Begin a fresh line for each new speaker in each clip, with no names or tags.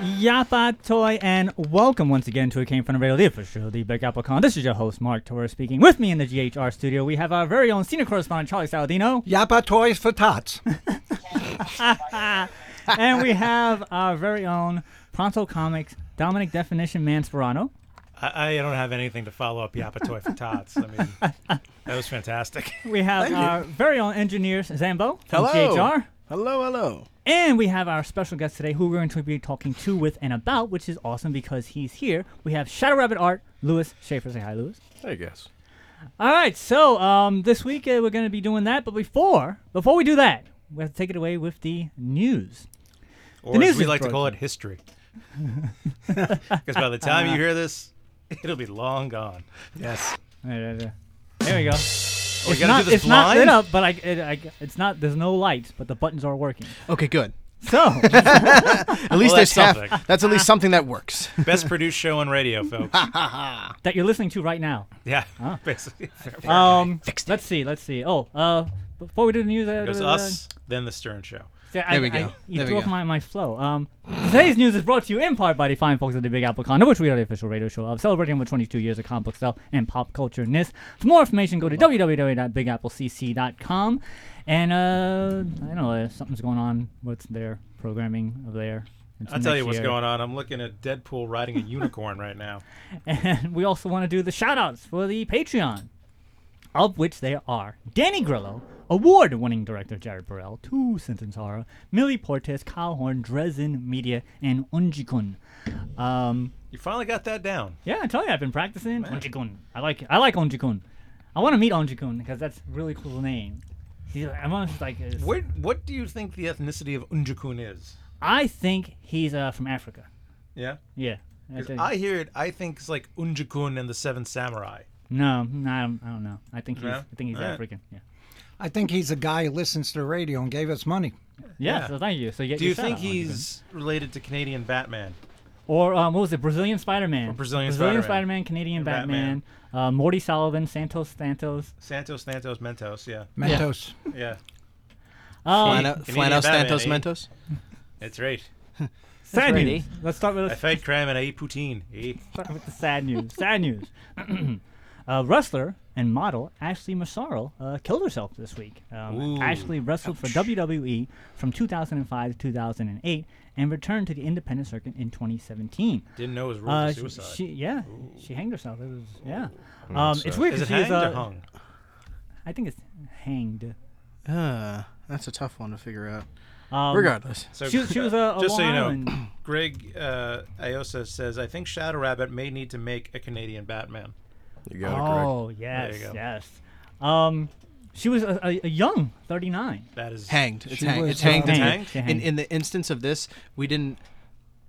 Yappa Toy, and welcome once again to a Came From the Radio Live for Show, the Big Apple Con. This is your host, Mark Torres, speaking. With me in the GHR studio, we have our very own senior correspondent, Charlie Saladino,
Yappa toys for tots.
and we have our very own Pronto Comics, Dominic Definition Mansperano.
I, I don't have anything to follow up Yappa Toy for Tots. I mean, that was fantastic.
We have our very own engineer, Zambo, from
Hello.
GHR.
Hello, hello.
And we have our special guest today who we're going to be talking to, with, and about, which is awesome because he's here. We have Shadow Rabbit Art, Lewis Schaefer. Say hi, Lewis.
I guess.
All right, so um, this week uh, we're going to be doing that, but before before we do that, we have to take it away with the news.
Or as
news
we
is
like to call it
broken.
history. Because by the time you hear this, it'll be long gone.
yes.
There we go. It's
Oh, we
not,
gotta do this
it's not
blind.
lit up, but I, it, I, it's not. There's no lights, but the buttons are working.
Okay, good.
So
At least
Well,
there's
that's
half.
something.
That's at least something that works.
Best produced show on radio, folks.
that you're listening to right now.
yeah,
Ah.
basically.
Um, let's see. Let's see. Oh, uh, before we do the news, uh,
It was
uh,
us, then the Stern Show.
There
we go.
you
There we
threw off
go.
my, my flow. Um, today's news is brought to you in part by the fine folks at the Big Apple Con, of which we are the official radio show of, celebrating over 22 years of complex style and pop culture ness. For more information, go to www.bigapplecc.com. And uh, I don't know, uh, something's going on. What's their programming of there?
I'll tell you what's going on. I'm looking at Deadpool riding a unicorn right now.
And we also want to do the shout outs for the Patreon, of which there are Danny Grillo, award winning director Jared Burrell, Two Sentence Horror, Millie Portes, Kyle Horn, Dresden Media, and Unjikun. Um,
You finally got that down.
yeah, I tell you, I've been practicing Unjikun. I like I like Unjikun. I want to meet Unjikun because that's a really cool name. He's, I'm almost like, uh,
Where, what do you think the ethnicity of Unjukun is?
I think he's uh, from Africa.
Yeah.
Yeah. I
'Cause
think-
I hear it. I think it's like Unjukun and the Seven Samurai.
no, no, I don't, I don't know. I think he's,
No?
I think he's
All right.
African. Yeah.
I think he's a guy who listens to the radio and gave us money.
yeah.
Yeah.
So thank you. So you get
Do
your
you
shout
think
out, Unjikun.
he's related to Canadian Batman?
Or um, what was it? Brazilian Spider Man.
Brazilian Spider-Man.
Spider-Man, Canadian Batman,
Batman.
uh, Morty Sullivan, Santos Santos.
Santos, Santos, Mentos, yeah,
Mentos.
Hmm.
yeah,
Um,
Flano- Canadian Flano Batman, Stantos eh?
Mentos.
that's right.
sad
Freddy.
news. Let's start with,
I fight crime and I eat poutine. Eh?
start with the sad news. Sad news. uh, wrestler and model Ashley Massaro uh, killed herself this week. Um,
Ooh.
Ashley wrestled for WWE from 2005 to 2008 and returned to the independent circuit in 2017.
Didn't know it was ruled
Uh,
as
she-
suicide.
she, yeah, she hanged herself. It was yeah. Um, it's weird
is it
'cause
hanged
she's uh,
or hung?
I think it's hanged.
Uh, that's a tough one to figure out.
Um,
Regardless.
So
she- she was uh, a- a
just so you
Long
know,
Island-
Greg uh, Iosa says I think Shadow Rabbit may need to make a Canadian Batman.
You got
Oh yes,
you go.
yes. Um, she was a, a, a young 39.
That is
Hanged. It's,
She
hang-
was,
it's hanged. It's
uh,
hanged.
hanged.
She hanged.
In, in the instance of this, we didn't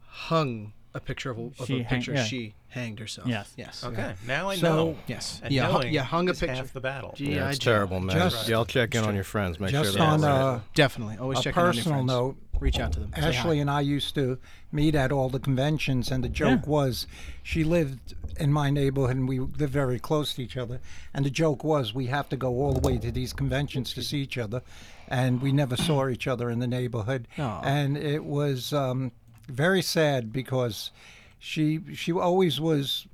hung a picture of a, of
She
a
hang-
picture.
yeah.
She hanged herself.
Yes.
Yes.
okay. Now I
So-
know.
Yes.
And
Yeah.
knowing
Hung, yeah. Hung a
is
picture.
half the battle.
G.I.
Yeah, it's
Joe.
terrible, man.
Just-
Y'all check in on your friends. Make
Just
sure they're
on
all right.
uh,
a,
Definitely. Always
a
check in on your
personal
friends.
note,
Reach out to them. Say hi.
Ashley and I used to meet at all the conventions, and the joke
Yeah.
was she lived in my neighborhood, and we lived very close to each other. And the joke was we have to go all the way to these conventions to see each other, and we never
Mm.
saw each other in the neighborhood.
Aw.
And it was um, very sad because she she always was.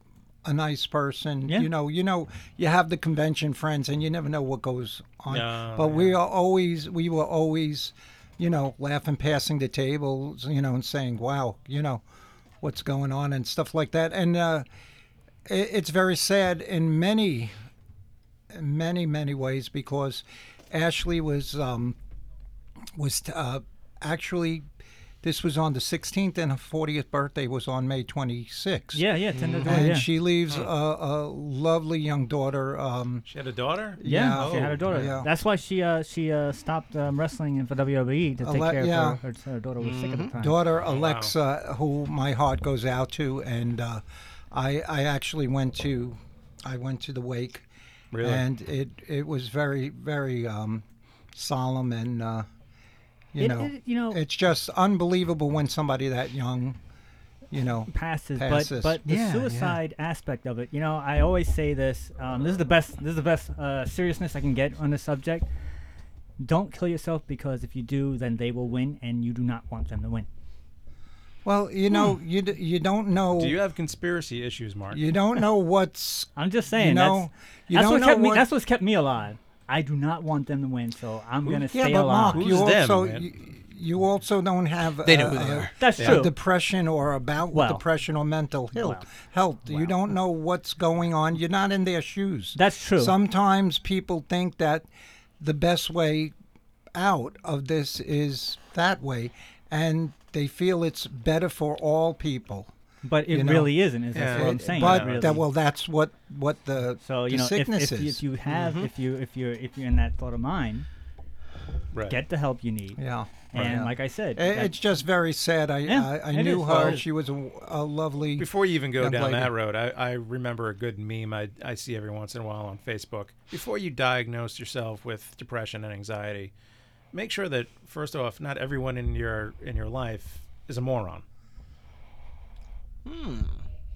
A nice person,
Yeah.
you know. You know, you have the convention friends, and you never know what goes on.
Oh,
No,
but we are always we were always you know laughing passing the tables you know and saying wow you know what's going on and stuff like that and uh, i it's very sad in many many many ways because ashley was um was uh, actually This was on the 16th, and her 40th birthday was on May 26th.
Yeah, yeah, ten to
Mm. And
yeah. Oh.
she leaves a, a lovely young daughter. Um,
She had a daughter?
yeah,
yeah.
she had
Oh,
a daughter.
yeah.
That's why she uh, she uh, stopped um, wrestling in for WWE to take
Ele-
care
yeah.
of
Mm-hmm.
her, her, her daughter was sick at the time.
daughter Alexa, who my heart goes out to, and uh, I I actually went to I went to the wake,
Really?
and it it was very very um, solemn and uh, you
It-
know
it- you know-
it's just unbelievable when somebody that young, you know,
passes, but
Passes.
but the
Yeah, yeah.
suicide aspect of it. You know, I always say this. Um, this is the best. This is the best uh, seriousness I can get on this subject. Don't kill yourself because if you do, then they will win, and you do not want them to win.
well you know
Hmm.
you d- you don't know
Do you
you,
have conspiracy issues, Mark?
don't know what's
I'm just saying.
know,
that's,
you
that's
don't
what
know
kept me.
what-
That's what's kept me alive. I do not want them to win, so I'm gonna
yeah
stay
but
alive.
Mark you
Who's them,
also
man?
you, you also don't have
They know
uh,
who they
uh,
are.
that's
a
true.
depression or about
Well.
depression or mental health.
Well.
Health. You don't know what's going on. You're not in their shoes.
That's true.
Sometimes people think that the best way out of this is that way, and they feel it's better for all people.
but it
you know,
really isn't. Is that's
yeah,
what I'm
it-
saying.
but
it really.
that, well, that's what what the
so you
the Mm-hmm.
know, if,
sickness
if, you- if
is.
you have, if you if you're if you're in that thought of mind,
Right.
get the help you need.
yeah.
And
yeah.
like I said,
I-
that-
it's just very sad. I
Yeah,
I, I
it
knew
is.
her.
Well,
She was a, a lovely.
Before you even go
Young
down
lady.
that road, I, I remember a good meme I, I see every once in a while on Facebook. Before you diagnose yourself with depression and anxiety, make sure that first off, not everyone in your in your life is a moron.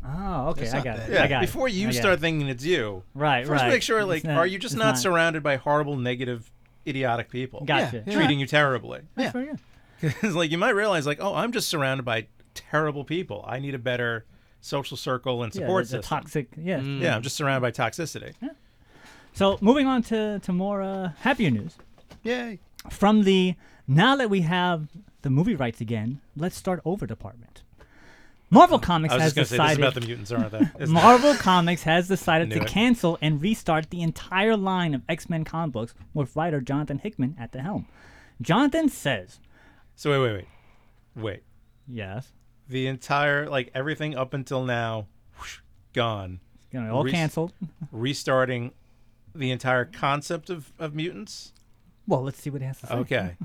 Oh, okay, I
not
got it.
bad.
I got it.
Before you
I got
start
it.
thinking it's you,
Right,
First,
right.
make sure
It's
like,
not-
are you just
it's
not, surrounded by horrible, negative, idiotic people?
Gotcha. Yeah,
Treating you terribly.
Good for you.
it's like you might realize, like, oh, I'm just surrounded by terrible people. I need a better social circle and
Yeah,
support
the- the
system. Mm.
toxic. Yeah.
yeah, I'm just surrounded by toxicity.
So moving on to to more uh, happier news
Yay.
from the now that we have the movie rights again, let's start over department. Marvel Comics
Uh, I was
has
just gonna say this is
decided.
about the mutants, aren't they? Isn't it?
Marvel Comics has decided
Knew
to
it.
cancel and restart the entire line of X Men comic books with writer Jonathan Hickman at the helm. Jonathan says,
So wait, wait, wait, wait.
"Yes,
The entire like everything up until now, whoosh, gone.
you know, all
Rest-
canceled.
Restarting the entire concept of, of mutants.
Well, let's see what he has to say.
Okay,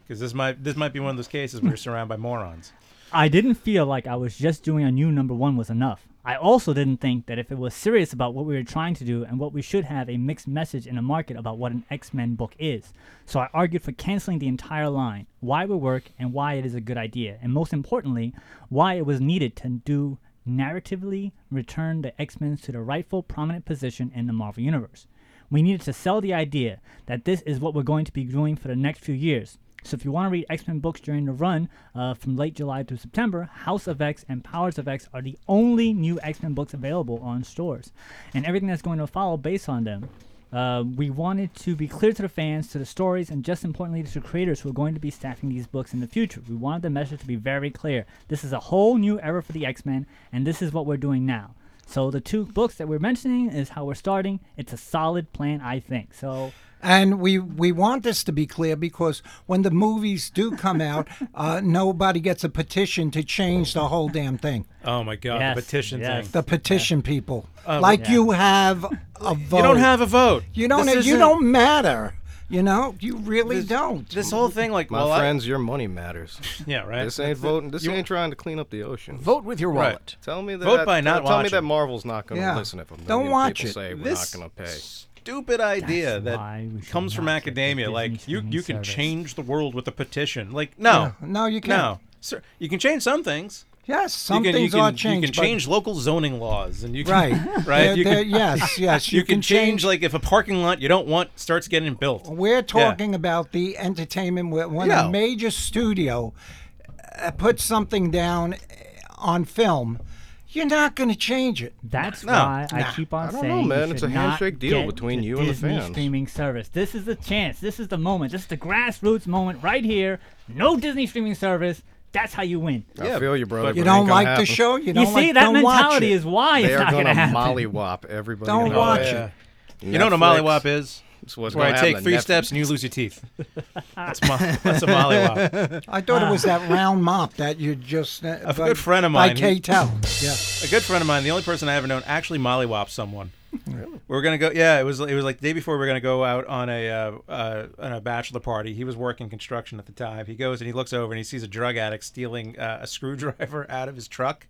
because this might this might be one of those cases where you're surrounded by morons.
I didn't feel like I was just doing a new number one was enough. I also didn't think that if it was serious about what we were trying to do and what we should have a mixed message in the market about what an X Men book is. So I argued for canceling the entire line, why it would work and why it is a good idea, and most importantly, why it was needed to do narratively return the X Men to the rightful prominent position in the Marvel Universe. We needed to sell the idea that this is what we're going to be doing for the next few years. So if you want to read X Men books during the run uh, from late July through September, House of X and Powers of X are the only new X Men books available on stores, and everything that's going to follow based on them. Uh, we wanted to be clear to the fans, to the stories, and just importantly to the creators who are going to be staffing these books in the future. We wanted the message to be very clear. This is a whole new era for the X Men, and this is what we're doing now. So the two books that we're mentioning is how we're starting. It's a solid plan, I think. So
And we, we want this to be clear because when the movies do come out, uh, nobody gets a petition to change the whole damn thing.
Oh my god,
Yes,
the petition
yes.
thing.
The petition people, like you have a
Oh,
vote.
You don't have a vote.
You don't. e,
This
you
isn't-
don't matter. You know. You really don't.
This whole thing, like,
My
well, I-
friends, your money matters.
yeah, right.
This ain't voting. This ain't trying to clean up the ocean.
Vote with your
Right.
wallet.
Tell me that.
Vote by
tell,
not
tell me
watching.
that Marvel's not going to
Yeah.
listen if a million
Don't watch
people
it.
say we're
This
not going to pay.
stupid idea
That's why we
that
should
comes from
not get the
academia.
Disney
Like you,
streaming
you can
service.
change the world with a petition. Like no,
Yeah. No, you can't.
no, sir. You can change some things.
Yes, some
you can,
things
you can,
are changed.
You can
but-
change local zoning laws, and you can, right.
Right. There-
you
there-
can,
yes. Yes.
you can, change like if a parking lot you don't want starts getting built.
We're talking about the entertainment where when
Yeah.
a major studio uh, puts something down uh, on film, you're not going to change it.
That's
No.
why I
Nah.
keep on
I don't know,
saying, you
man. It's
should
a
not
handshake deal
get
between
the
you and the
Disney
fans.
streaming service. This is the chance. This is the moment. This is the grassroots moment right here. No Disney streaming service. That's how you win.
I feel you,
but-
brother. but
You
it
don't
ain't gonna
like the
happen.
show. You
You
don't
see,
like.
that
don't watch
mentality
it.
is why
They
it's
are
not
going
going
to
happen.
mollywop everybody.
Don't
in the
watch
way.
it.
You know what a
Oh, Netflix.
mollywop is?
This was
Where I
gonna happen
take
to
three
Netflix.
steps and you lose your teeth. That's, mo- that's a mollywop.
I thought
Ah.
it was that round mop that you just. Uh,
A
by-
good friend of
By
mine, he-
K Tell. Yeah.
A good friend of mine, the only person I ever known, actually mollywopped someone. We were gonna go. Yeah, it was. It was like the day before we were gonna go out on a uh, uh, on a bachelor party. He was working construction at the time. He goes and he looks over and he sees a drug addict stealing uh, a screwdriver out of his truck.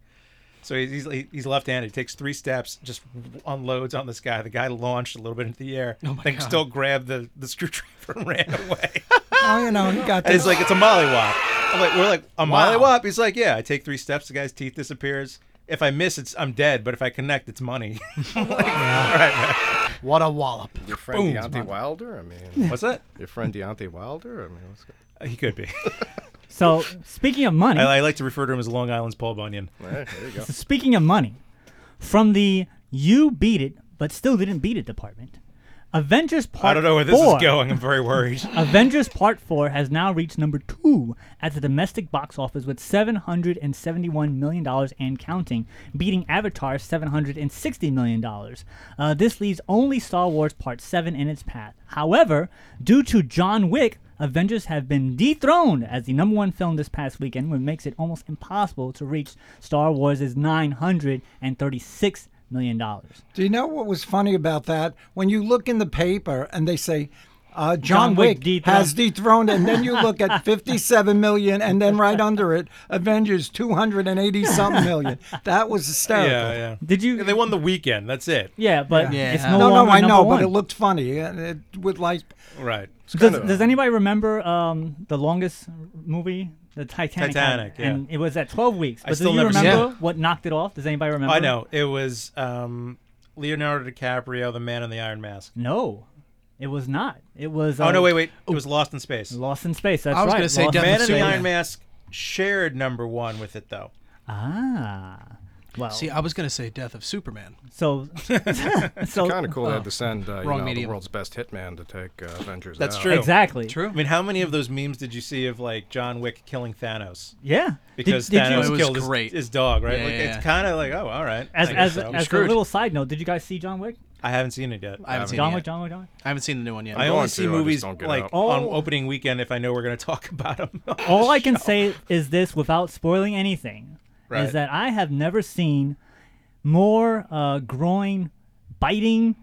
So he's he's, he's left-handed. He takes three steps, just unloads on this guy. The guy launched a little bit into the air. Oh my then
God.
Still grabbed the the screwdriver and ran away.
Oh, you know, he got
And
this.
he's like, it's a mollywop. I'm like, we're like, a mollywop? He's like, yeah, I take three steps, the guy's teeth disappears. If I miss, it's I'm dead, but if I connect, it's money.
What a wallop.
Your friend Deontay Wilder? I mean,
What's that?
your friend Deontay Wilder? I mean, what's
Uh, He could be.
So speaking of money,
I, I like to refer to him as Long Island's Paul Bunyan.
there, there you go.
So speaking of money, from the you beat it but still didn't beat it department, Avengers Part
I don't know where this
four,
is going. I'm very worried.
Avengers Part Four has now reached number two at the domestic box office with 771 million dollars and counting, beating Avatar's 760 million dollars. Uh, this leaves only Star Wars Part Seven in its path. However, due to John Wick. Avengers have been dethroned as the number one film this past weekend, which makes it almost impossible to reach Star Wars' $936 million.
Do you know what was funny about that? When you look in the paper and they say, uh,
John
John,
Wick
Wick,
dethroned-
has dethroned, and then you look at 57 million, and then right under it, Avengers 280 something million. That was
yeah,
hysterical.
yeah.
Did you-
Yeah, they won the weekend. That's it.
Yeah, but
Yeah.
it's no,
No, no,
longer
I
number
know,
one.
but it looked funny. and It would like
Right.
Does,
kinda-
does anybody remember um, the longest movie, the Titanic? had-
Titanic, yeah.
And it was at 12 weeks.
I
But do
still
you
never seen
remember what knocked it off? Does anybody remember?
I know. It was um, Leonardo DiCaprio, the man in the iron mask.
No, it was not. It was.
Oh,
uh,
no, wait, wait. It was Lost in Space.
Lost in Space. That's
I was
right.
gonna say
Lost in
Death
Man
in
in the
Space.
iron mask shared number one with it, though.
Ah. Well,
See, I was going to say Death of Superman.
so. so
Kind of cool they had to send uh, you
Wrong
know, the
medium.
world's best hitman to take uh, Avengers
That's
out.
true.
Exactly.
I mean, how many of those memes did you see of like John Wick killing Thanos?
Yeah. Did-
Because
did,
Thanos
It was
killed his,
great.
his dog, right?
Yeah,
like,
yeah, yeah.
It's kind of like, oh, all right.
you, as,
I guess
as,
so.
as a
screwed.
little side note, did you guys see John Wick?
I haven't seen it yet.
I haven't seen
John
it
Wick,
yet.
John Wick, John Wick.
I haven't seen the new one yet.
I
going
only see
to, I just
movies
don't get
like
out.
on
Oh.
opening weekend if I know we're going to talk about them.
all I can say is this without spoiling anything is
Right.
that I have never seen more uh, groin biting,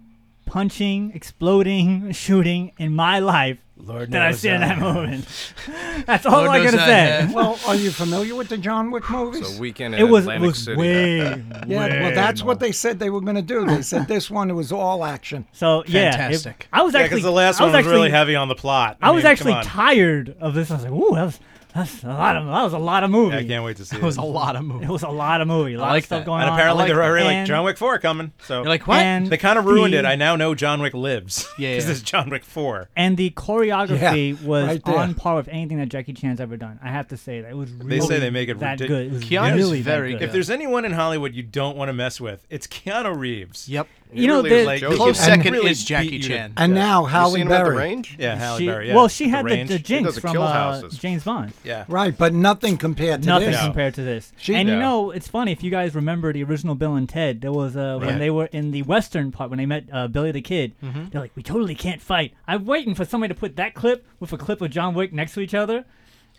punching, exploding, shooting in my life
Lord
than I've
knows
seen in
I
that
have.
moment. That's all
Lord
I
knows
gotta
I
say.
have.
Well, are you familiar with the John Wick movies?
So weekend in
It was it
Atlantic
was
City.
way
yeah, well, that's what they said they were going to do. They said this one was all action.
so yeah. it-
Fantastic.
I was
Yeah,
actually
because the last
I
one was
actually,
really heavy on the plot.
I, was
mean,
actually
come on.
tired of this. I was like, ooh, that was that's a lot of that was a lot of movie.
I can't wait to see
It was
it.
a lot of
It
movies.
was a lot of movie. A lot
like
of stuff
that.
going
And
on.
apparently
I
they're already like
and-
John Wick four coming. So
You're like, what?
and-
they kind of ruined it.
the-
I now know John Wick lives.
Yeah,
because
yeah.
there's John Wick four.
and the choreography
Yeah,
was
right there.
on par with anything that Jackie Chan's ever done. I have to say that it was really
say they make it
that
ridic-
good. It was
Keanu's
really
very
that
good.
If there's anyone in Hollywood you don't want to mess with, it's Keanu Reeves.
Yep.
It
You know,
really
the-
is
Like
joking.
Close
He
You
second
really
is Jackie
beat you to-
Chan.
And now Halle
seen him at the
Berry.
range?
Yeah, Halle
She,
Berry. Yeah.
Well, she
The
had the,
range.
the jinx
does the
from
kill
uh,
houses.
James Bond.
Yeah.
Right, but nothing compared to
Nothing
this.
No.
compared to this.
She-
and you
No.
know, it's funny if you guys remember the original Bill and Ted. There was uh, when
Right. Mm-hmm.
they were in the western part when they met uh, Billy the Kid. They're like, "We totally can't fight." I'm waiting for somebody to put that clip with a clip of John Wick next to each other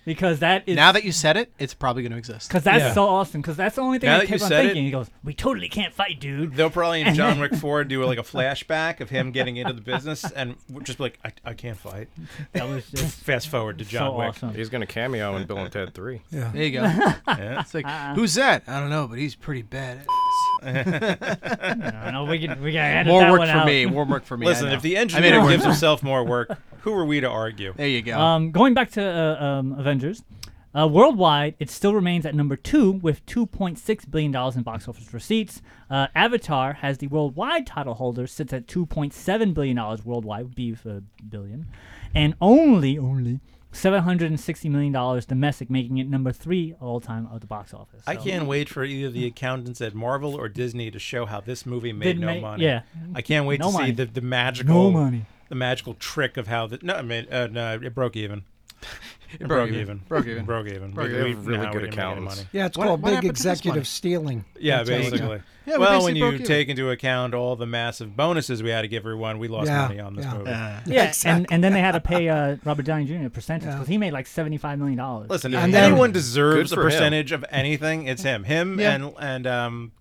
because that is
Now that you said it, it's probably going to exist.
Because that's
Yeah.
so awesome. Because that's the only thing
Now
I
that you
kept on
said it-
thinking. He goes, "We totally can't fight, dude."
They'll probably in John Wick 4 do like a flashback of him getting into the business and w- just be like, I, I can't fight.
That was just
Fast forward to John
so
Wick.
awesome.
He's going to cameo in Bill and Ted 3.
There you go. It's like, who's that? I don't know, but he's pretty bad.
I know we can we gotta edit
More
that
work
one
for
out.
me. More work for me. I
Listen,
know.
if the
I made
engineer
it work.
gives himself more work, who are we to argue?
There you go.
Um, going back to uh, um, Avengers, uh, worldwide, it still remains at number two with $2.6 billion in box office receipts. Uh, Avatar has the worldwide title holder, sits at $2.7 billion worldwide, would be a billion, and only, only. $760 million domestic, making it number three all time of the box office.
I
So-
can't wait for either the accountants at Marvel or Disney to show how this movie made
Didn't
no
make-
money.
yeah.
I can't wait
No
to
money.
see the, the magical
money.
the magical trick of how the no I mean uh, no it broke even. It broke,
even.
even.
Broke even.
Broke even.
Broke
We-
even.
we-
Really
nah,
good
we didn't make any
accountants.
money.
Yeah, it's
What-
called
what
big
happened to this money?
executive stealing.
Yeah,
That's what it's
basically.
Yeah, we
well,
basically
when
broke
you
even.
take into account all the massive bonuses we had to give everyone, we lost
Yeah,
money on this
yeah.
movie.
Yeah, and, and then they had to pay uh, Robert Downey Jr. a percentage because he made like $75 million.
Listen,
And
if
then-
anyone deserves a
Good for him.
percentage of anything, it's him. Him
Yeah.
and and um,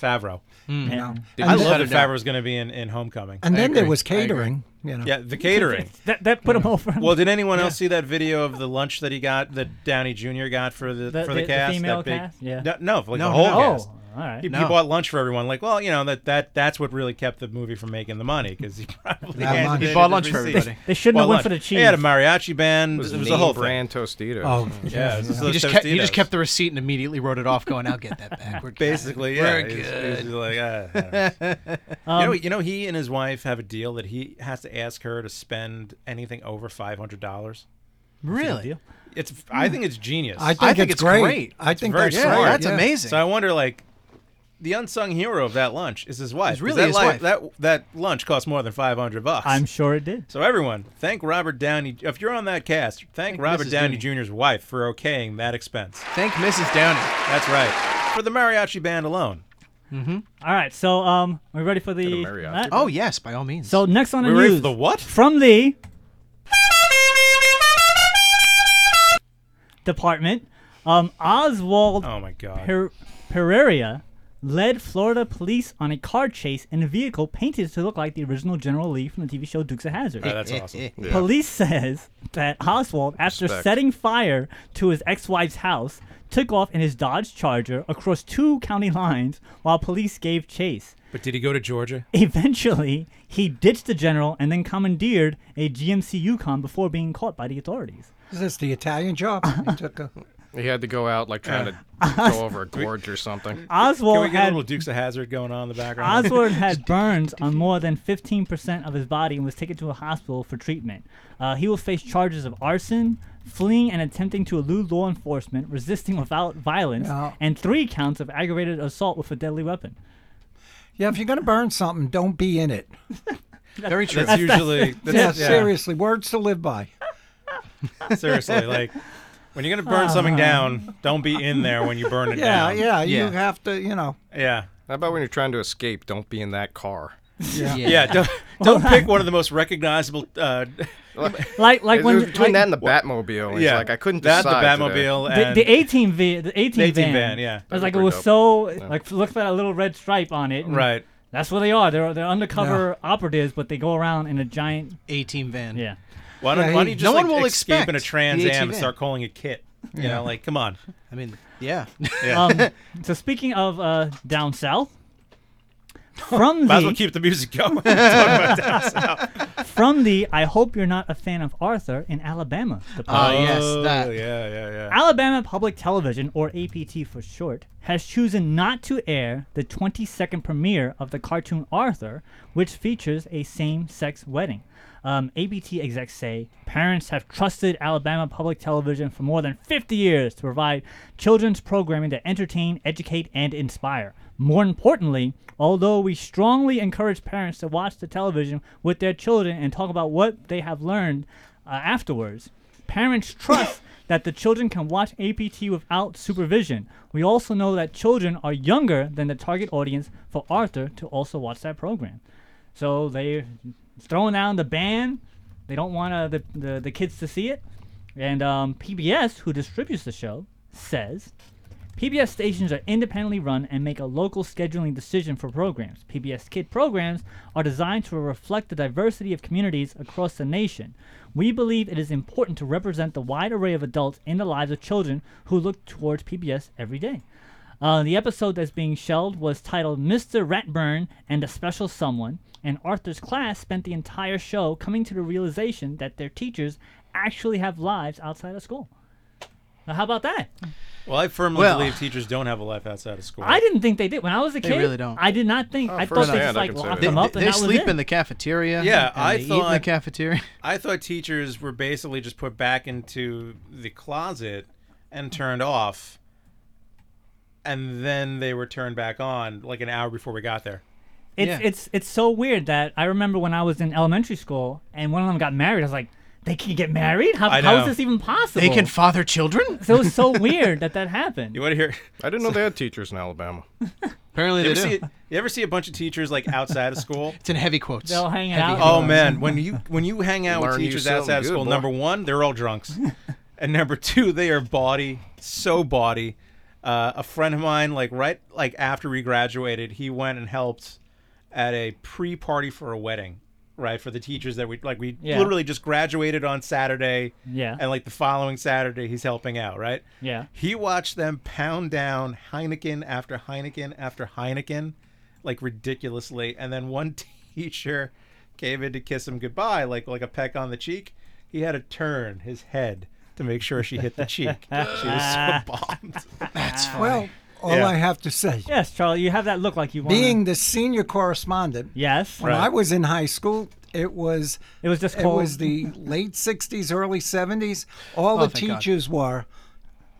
Favreau.
Yeah.
I
And
love that
then,
Favreau's going to be in, in Homecoming.
and then there
agree.
was
I agree.
catering. You know.
yeah, the catering.
That, that put him over.
Well, did anyone else see that video of the lunch that he got that Downey Jr. got for the,
The-
for
the-
the,
the
cast?
female
that big,
cast? Yeah.
No, no, for like
No,
the whole
no.
oh,
cast.
all right.
He, he
No.
bought lunch for everyone. Like, well, you know that that that's what really kept the movie from making the money because he probably
That
handed
lunch. He
it
bought
to
lunch for
receipt.
everybody.
They shouldn't have
Bought
went for the
lunch.
cheese.
He had a mariachi band. It was, the
name
whole
brand Tostitos.
Oh,
thing. Yeah, it was
You
those
just, kept, you just
Tostitos.
kept the receipt and immediately wrote it off, going, "I'll get that back." We're good.
Basically, yeah.
We're
He's- he's
good.
just like, ah, I don't know. you, know, you know, he and his wife have a deal that he has to ask her to spend anything over five hundred dollars.
Really?
It's, I think it's genius.
I think,
I think
it's,
it's
great.
great.
I think
very
that's
smart.
great,
Yeah, that's
yeah.
amazing.
So I wonder, like, the unsung hero of that lunch is his wife.
It's
'cause
really
that
his
li-
wife.
That that lunch cost more than five hundred bucks.
I'm sure it did.
so everyone, thank Robert Downey. If you're on that cast, thank,
Thank
Robert
Mrs.
Downey Jr.'s wife for okaying that expense.
Thank Mrs. Downey.
That's right. For the mariachi band alone,
All right, so um, are we ready for the?
Mariachi
uh,
band.
Oh yes, by all means.
so next on the
we were
news
for the what?
from the department, um, Oswald
Oh my god.
per- Pereira led Florida police on a car chase in a vehicle painted to look like the original General Lee from the TV show Dukes of Hazzard.
Oh, that's awesome.
Yeah.
Police says that Oswald, after
Respect.
setting fire to his ex-wife's house, took off in his Dodge Charger across two county lines while police gave chase.
But did he go to Georgia?
Eventually, he ditched the general and then commandeered a GMC Yukon before being caught by the authorities.
Is this the Italian job? He took a-
He had to go out like trying to go over a gorge or something.
Can we
Oswald
get a
had
little Dukes of Hazard going on in the background?
Oswald had burns on more than 15% of his body and was taken to a hospital for treatment. Uh, he will face charges of arson, fleeing and attempting to elude law enforcement, resisting without violence,
Yeah.
and three counts of aggravated assault with a deadly weapon.
yeah, if you're going to burn something, don't be in it.
Very true.
That's usually
Yeah,
that's, yeah.
seriously, words to live by.
Seriously, like when you're gonna
Oh,
burn something down, don't be in there when you burn it
Yeah,
down.
yeah,
Yeah.
you have to, you know.
yeah,
How about when you're trying to escape? Don't be in that car.
yeah. don't don't pick one of the most recognizable. Uh,
Like, like
Like
when
between
like,
that and the Batmobile, it's
yeah,
like I couldn't
That the
decide. today.
Batmobile
the,
and
the 18 van, the 18,
18
van,
van, yeah.
I was
Those
like, it
were
was
dope.
so like look for that little red stripe on it. and
right.
That's what they are. They're they're undercover operatives, but they go around in a giant.
A team van.
Yeah.
Why don't,
Yeah,
why don't
he-
you just
no
like,
one will
escape in a
expect
Trans
the
Am and
ATV.
start calling it Kit? You know, like come on.
I mean, yeah.
Um, so speaking of uh, down south, from
Might as well
the E
keep the music going. Talk about that.
from the I hope you're not a fan of Arthur in Alabama. The
Ah, yes,
Oh,
that.
Yeah, yeah, yeah.
Alabama Public Television, or APT for short, has chosen not to air the 22nd premiere of the cartoon Arthur, which features a same sex wedding. Um, APT execs say parents have trusted Alabama Public Television for more than 50 years to provide children's programming that entertain, educate, and inspire. More importantly, although we strongly encourage parents to watch the television with their children and talk about what they have learned uh, afterwards, Parents trust that the children can watch APT without supervision. We also know that children are younger than the target audience for Arthur to also watch that program. So they're throwing down the ban. They don't want uh, the, the, the kids to see it. And um, PBS, who distributes the show, says PBS stations are independently run and make a local scheduling decision for programs. PBS Kid programs are designed to reflect the diversity of communities across the nation. We believe it is important to represent the wide array of adults in the lives of children who look towards PBS every day. Uh, the episode that's being shelled was titled Mr. Ratburn and a Special Someone, and Arthur's class spent the entire show coming to the realization that their teachers actually have lives outside of school. Now, how about that?
Well, I firmly
Well-
believe teachers don't have a life outside of school.
I didn't think they did. When I was a kid,
really don't.
I did not
Oh,
think. I
for
thought
a
they
man,
just
I
like
can say
locked
that.
them
They,
up and
they
that was
sleep
it.
in the cafeteria.
Yeah,
and
I
they eat in the
thought-
cafeteria.
I thought teachers were basically just put back into the closet and turned off, and then they were turned back on like an hour before we got there.
It's
Yeah.
it's it's so weird that I remember when I was in elementary school and one of them got married. I was like, they can get married. How,
I
how is
know.
this even possible?
They can father children?
so it was so weird that that happened.
You want to hear?
I didn't know they had teachers in Alabama.
Apparently
You
they
ever,
do.
see, you ever see a bunch of teachers like outside of school?
It's in heavy quotes.
They'll hang
Heavy
out.
quotes.
Oh man, when you when you hang out with
Learn you
teachers
something
outside of
good,
school,
boy.
number one, they're all drunks, and number two, they are bawdy, so bawdy. Uh, a friend of mine, like right like after we graduated, he went and helped at a pre-party for a wedding, right for the teachers that we like we
Yeah.
literally just graduated on Saturday,
Yeah.
and like the following Saturday he's helping out, right?
Yeah.
He watched them pound down Heineken after Heineken after Heineken, like ridiculously. And then one teacher came in to kiss him goodbye, like like a peck on the cheek. He had to turn his head to make sure she hit the cheek. she
Ah.
was so bombed.
Well, all
Yeah.
I have to say,
Yes, Charlie, you have that look like you want.
being the senior correspondent,
yes,
when I was in high school, it was
It was just
it
called-
was the late '60s, early '70s. All the
thank God.
teachers were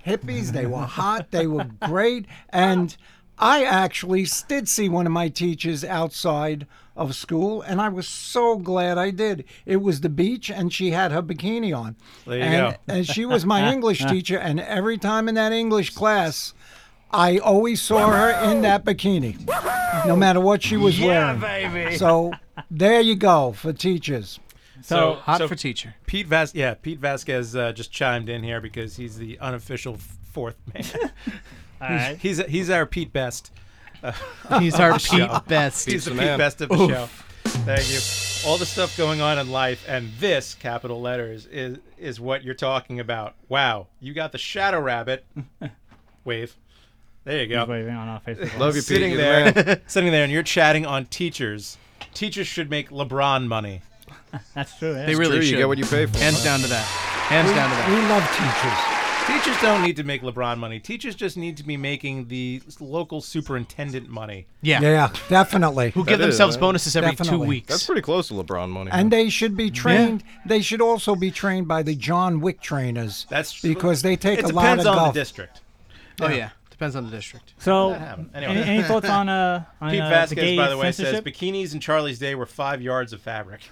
hippies. They were hot. they were great. And I actually did see one of my teachers outside of school, and I was so glad I did. It was the beach, and she had her bikini on.
There you
and,
go.
and she was my English teacher, and every time in that English class. I always saw her in that bikini, no matter what she was wearing.
baby.
So there you go for teachers.
So,
Hot
So-
for teacher.
Pete Vas, yeah, Pete Vasquez uh, just chimed in here because he's the unofficial f- fourth man.
all right.
he's he's our Pete Best.
He's our Pete Best.
He's the
the
Pete
man.
Best of the show. Thank you. All the stuff going on in life, and this capital letters is is what you're talking about. Wow, you got the shadow rabbit wave. There you go.
Waving on our Facebook.
Love you, Pete.
Sitting
You're the man.
there, sitting there, and you're chatting on teachers. Teachers should make LeBron money.
That's true. Yeah.
They really
True,
should. uh,
you get what you pay for.
Hands down to that. Hands down to that.
We love teachers.
Teachers don't need to make LeBron money. Teachers just need to be making the local superintendent money.
Yeah.
Yeah, definitely.
Who give
is,
themselves
uh,
bonuses every two
definitely.
weeks.
That's pretty close to LeBron money.
And they should be trained. They should also be trained by the John Wick trainers.
That's
because they take
it
a lot
depends
of
on
golf.
the district.
oh yeah. Depends on the district.
So,
happened.
any,
Anyway.
any thoughts on uh on
Pete
uh, the
Vasquez,
gay
by the way, says
censorship?
bikinis in Charlie's day were five yards of fabric.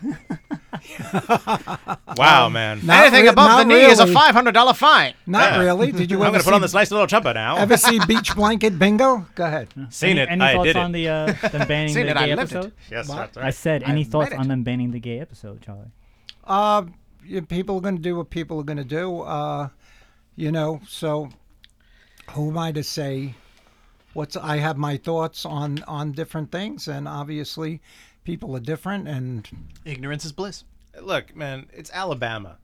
wow, man!
Not
Anything
re-
above the
not
knee is a
really.
five hundred dollar fine.
Not
Yeah.
really. Did you
I'm
ever
gonna
see,
put on this nice little jumper now.
ever see beach blanket bingo? Go ahead.
Seen
any,
it?
any
I
thoughts
did
on
it.
the uh them banning the
Seen it, I
gay
lived it.
episode?
yes, that's
I
right.
said, any
I've
thoughts
read it.
on them banning the gay episode, Charlie?
Uh, you- people are going to do what people are going to do. Uh, you know, so who am I to say? What's I have my thoughts on on different things, and obviously, people are different, and
Ignorance is bliss.
Look, man, it's Alabama.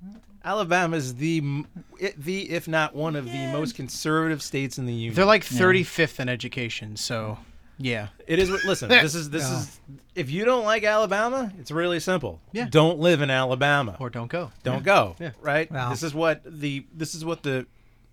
Alabama's the m- i- the if not one of the most conservative states in the union.
They're like thirty fifth in education, so yeah.
it is. what- Listen, this is this is. If you don't like Alabama, it's really simple.
Yeah.
Don't live in Alabama.
Or don't go.
don't go. Right.
Wow.
This is what the this is what the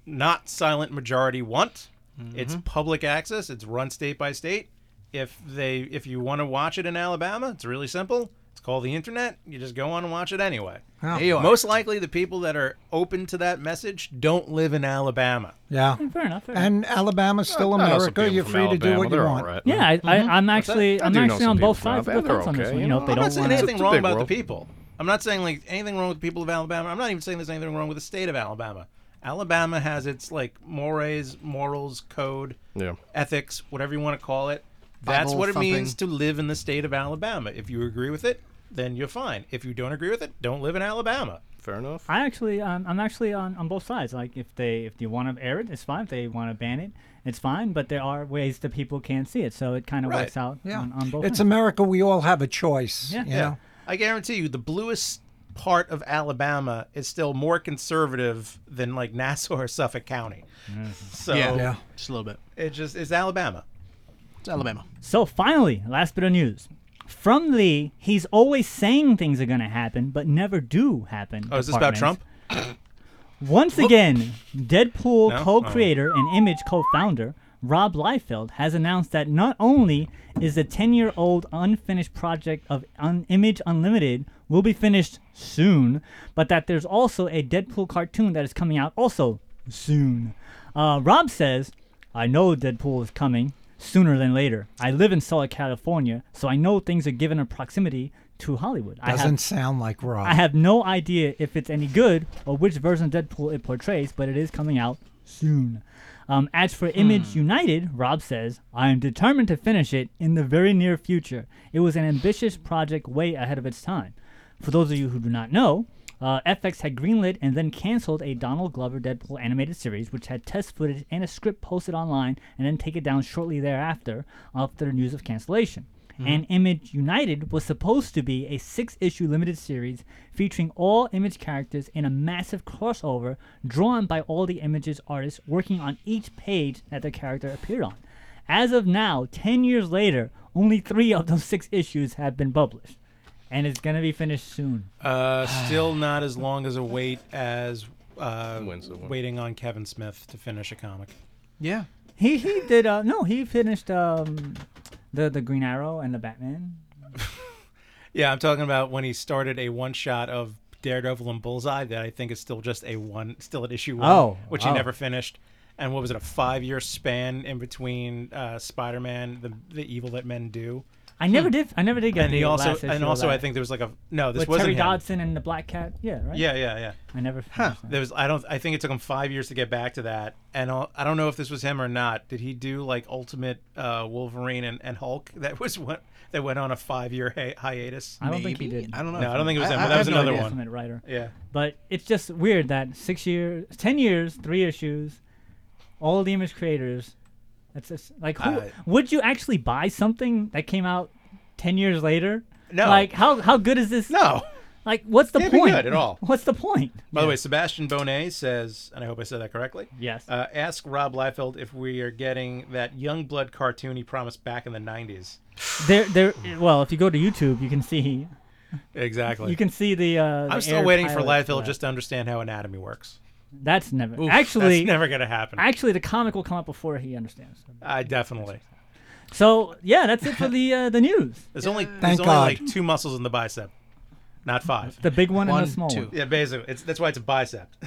not silent majority want. It's public access. It's run state by state. If they if you want to watch it in Alabama, it's really simple. It's called the internet. You just go on and watch it anyway.
There you are.
Most likely, the people that are open to that message don't live in Alabama.
yeah.
Fair enough. Fair enough.
And Alabama's still
I know some
America.
people
You're
from
free to do
Alabama,
what you
they're
want.
All right.
Yeah, I, I, I'm actually,
I
I'm
do know
actually
some
on
people
both
from
sides of the
Alabama.
fence on
They're
this
okay,
one. You
you
know,
know.
if they
I'm not
don't
saying
want to.
anything
It's a
wrong
big
about
world.
the people. I'm not saying like anything wrong with the people of Alabama. I'm not even saying there's anything wrong with the state of Alabama. Alabama has its like mores, morals, code,
Yeah.
ethics, whatever you want to call it. That's
Bible
what it
thumping.
means to live in the state of Alabama. If you agree with it, then you're fine. If you don't agree with it, don't live in Alabama.
Fair enough.
I actually, um, I'm actually on, on both sides. Like, if they, if you want to air it, it's fine. If they want to ban it, it's fine. But there are ways that people can see it, so it kind of
Right.
works out
Yeah.
on, on both.
it's
ends.
America. We all have a choice.
Yeah.
You
Yeah.
know?
I guarantee you the bluest part of Alabama is still more conservative than like Nassau or Suffolk County. So
Mm-hmm. Yeah.
Yeah.
Just a little bit.
it just is Alabama.
It's Alabama.
So finally, last bit of news. From Lee, he's always saying things are going to happen, but never do happen.
Oh, is this about
departments.
Trump?
Once again, Deadpool
No?
co-creator and Image co-founder Rob Liefeld has announced that not only is the 10-year-old unfinished project of Un- Image Unlimited will be finished soon, but that there's also a Deadpool cartoon that is coming out also soon. Uh, Rob says, "I know Deadpool is coming. sooner than later. I live in Southern California, so I know things are given in proximity to Hollywood. I
Doesn't
have,
sound like Rob.
I have no idea if it's any good or which version of Deadpool it portrays, but it is coming out soon. Um, as for Image United, Rob says, I am determined to finish it in the very near future. It was an ambitious project way ahead of its time. For those of you who do not know, uh, FX had greenlit and then canceled a Donald Glover Deadpool animated series, which had test footage and a script posted online and then taken down shortly thereafter after news of cancellation
Mm-hmm.
and Image United was supposed to be a six issue limited series featuring all Image characters in a massive crossover drawn by all the Image's artists working on each page that their character appeared on. As of now, 10 years later, only three of those six issues have been published. And it's going to be finished soon.
Uh, still not as long as a wait as uh,
When's the one?
waiting on Kevin Smith to finish a comic.
Yeah.
He he did, uh, no, he finished um, the, the Green Arrow and the Batman.
Yeah, I'm talking about when he started a one shot of Daredevil and Bullseye that I think is still just a one, still at issue one,
Oh,
which
wow.
he never finished. And what was it, a five year span in between uh, Spider Man, the, the Evil That Men Do?
I never did. I never did get
Hmm. And he
the
also,
last issue
and
of
also,
that.
I think there was like a no, this
with
wasn't
Terry
him.
Dodson and the Black Cat. Yeah, right.
Yeah, yeah, yeah.
I never. finished that.
There was, I don't, I think it took him five years to get back to that, and I'll, I don't know if this was him or not. Did he do like Ultimate uh, Wolverine and, and Hulk? That was what that went on a five year hi- hiatus.
I don't think he
Maybe?
did.
I don't know.
No, I don't think it was him, but that
I
was
have no
another
idea.
one.
Ultimate writer.
Yeah,
But it's just weird that six years, ten years, three issues, all the image creators. That's just like, who,
Uh,
would you actually buy something that came out ten years later?
No.
Like, how how good is this?
no.
Like, what's the
Can't be
point?
good at all.
What's the point?
By the way, Sebastian Bonet says, and I hope I said that correctly.
Yes.
Uh, ask Rob Liefeld if we are getting that young blood cartoon he promised back in the '90s.
there, there. Well, if you go to YouTube, you can see
Exactly.
you can see the. Uh,
I'm
the
still
air
waiting for
pilot
Liefeld
that.
just to understand how anatomy works.
That's never.
Oof,
actually,
that's never gonna happen. I,
actually, the comic will come out before he understands.
definitely.
So yeah, that's it for the uh, the news.
There's only there's only
God.
like two muscles in the bicep, not five.
The big one,
One,
and the small
two.
one.
Yeah, basically, it's that's why it's a bicep.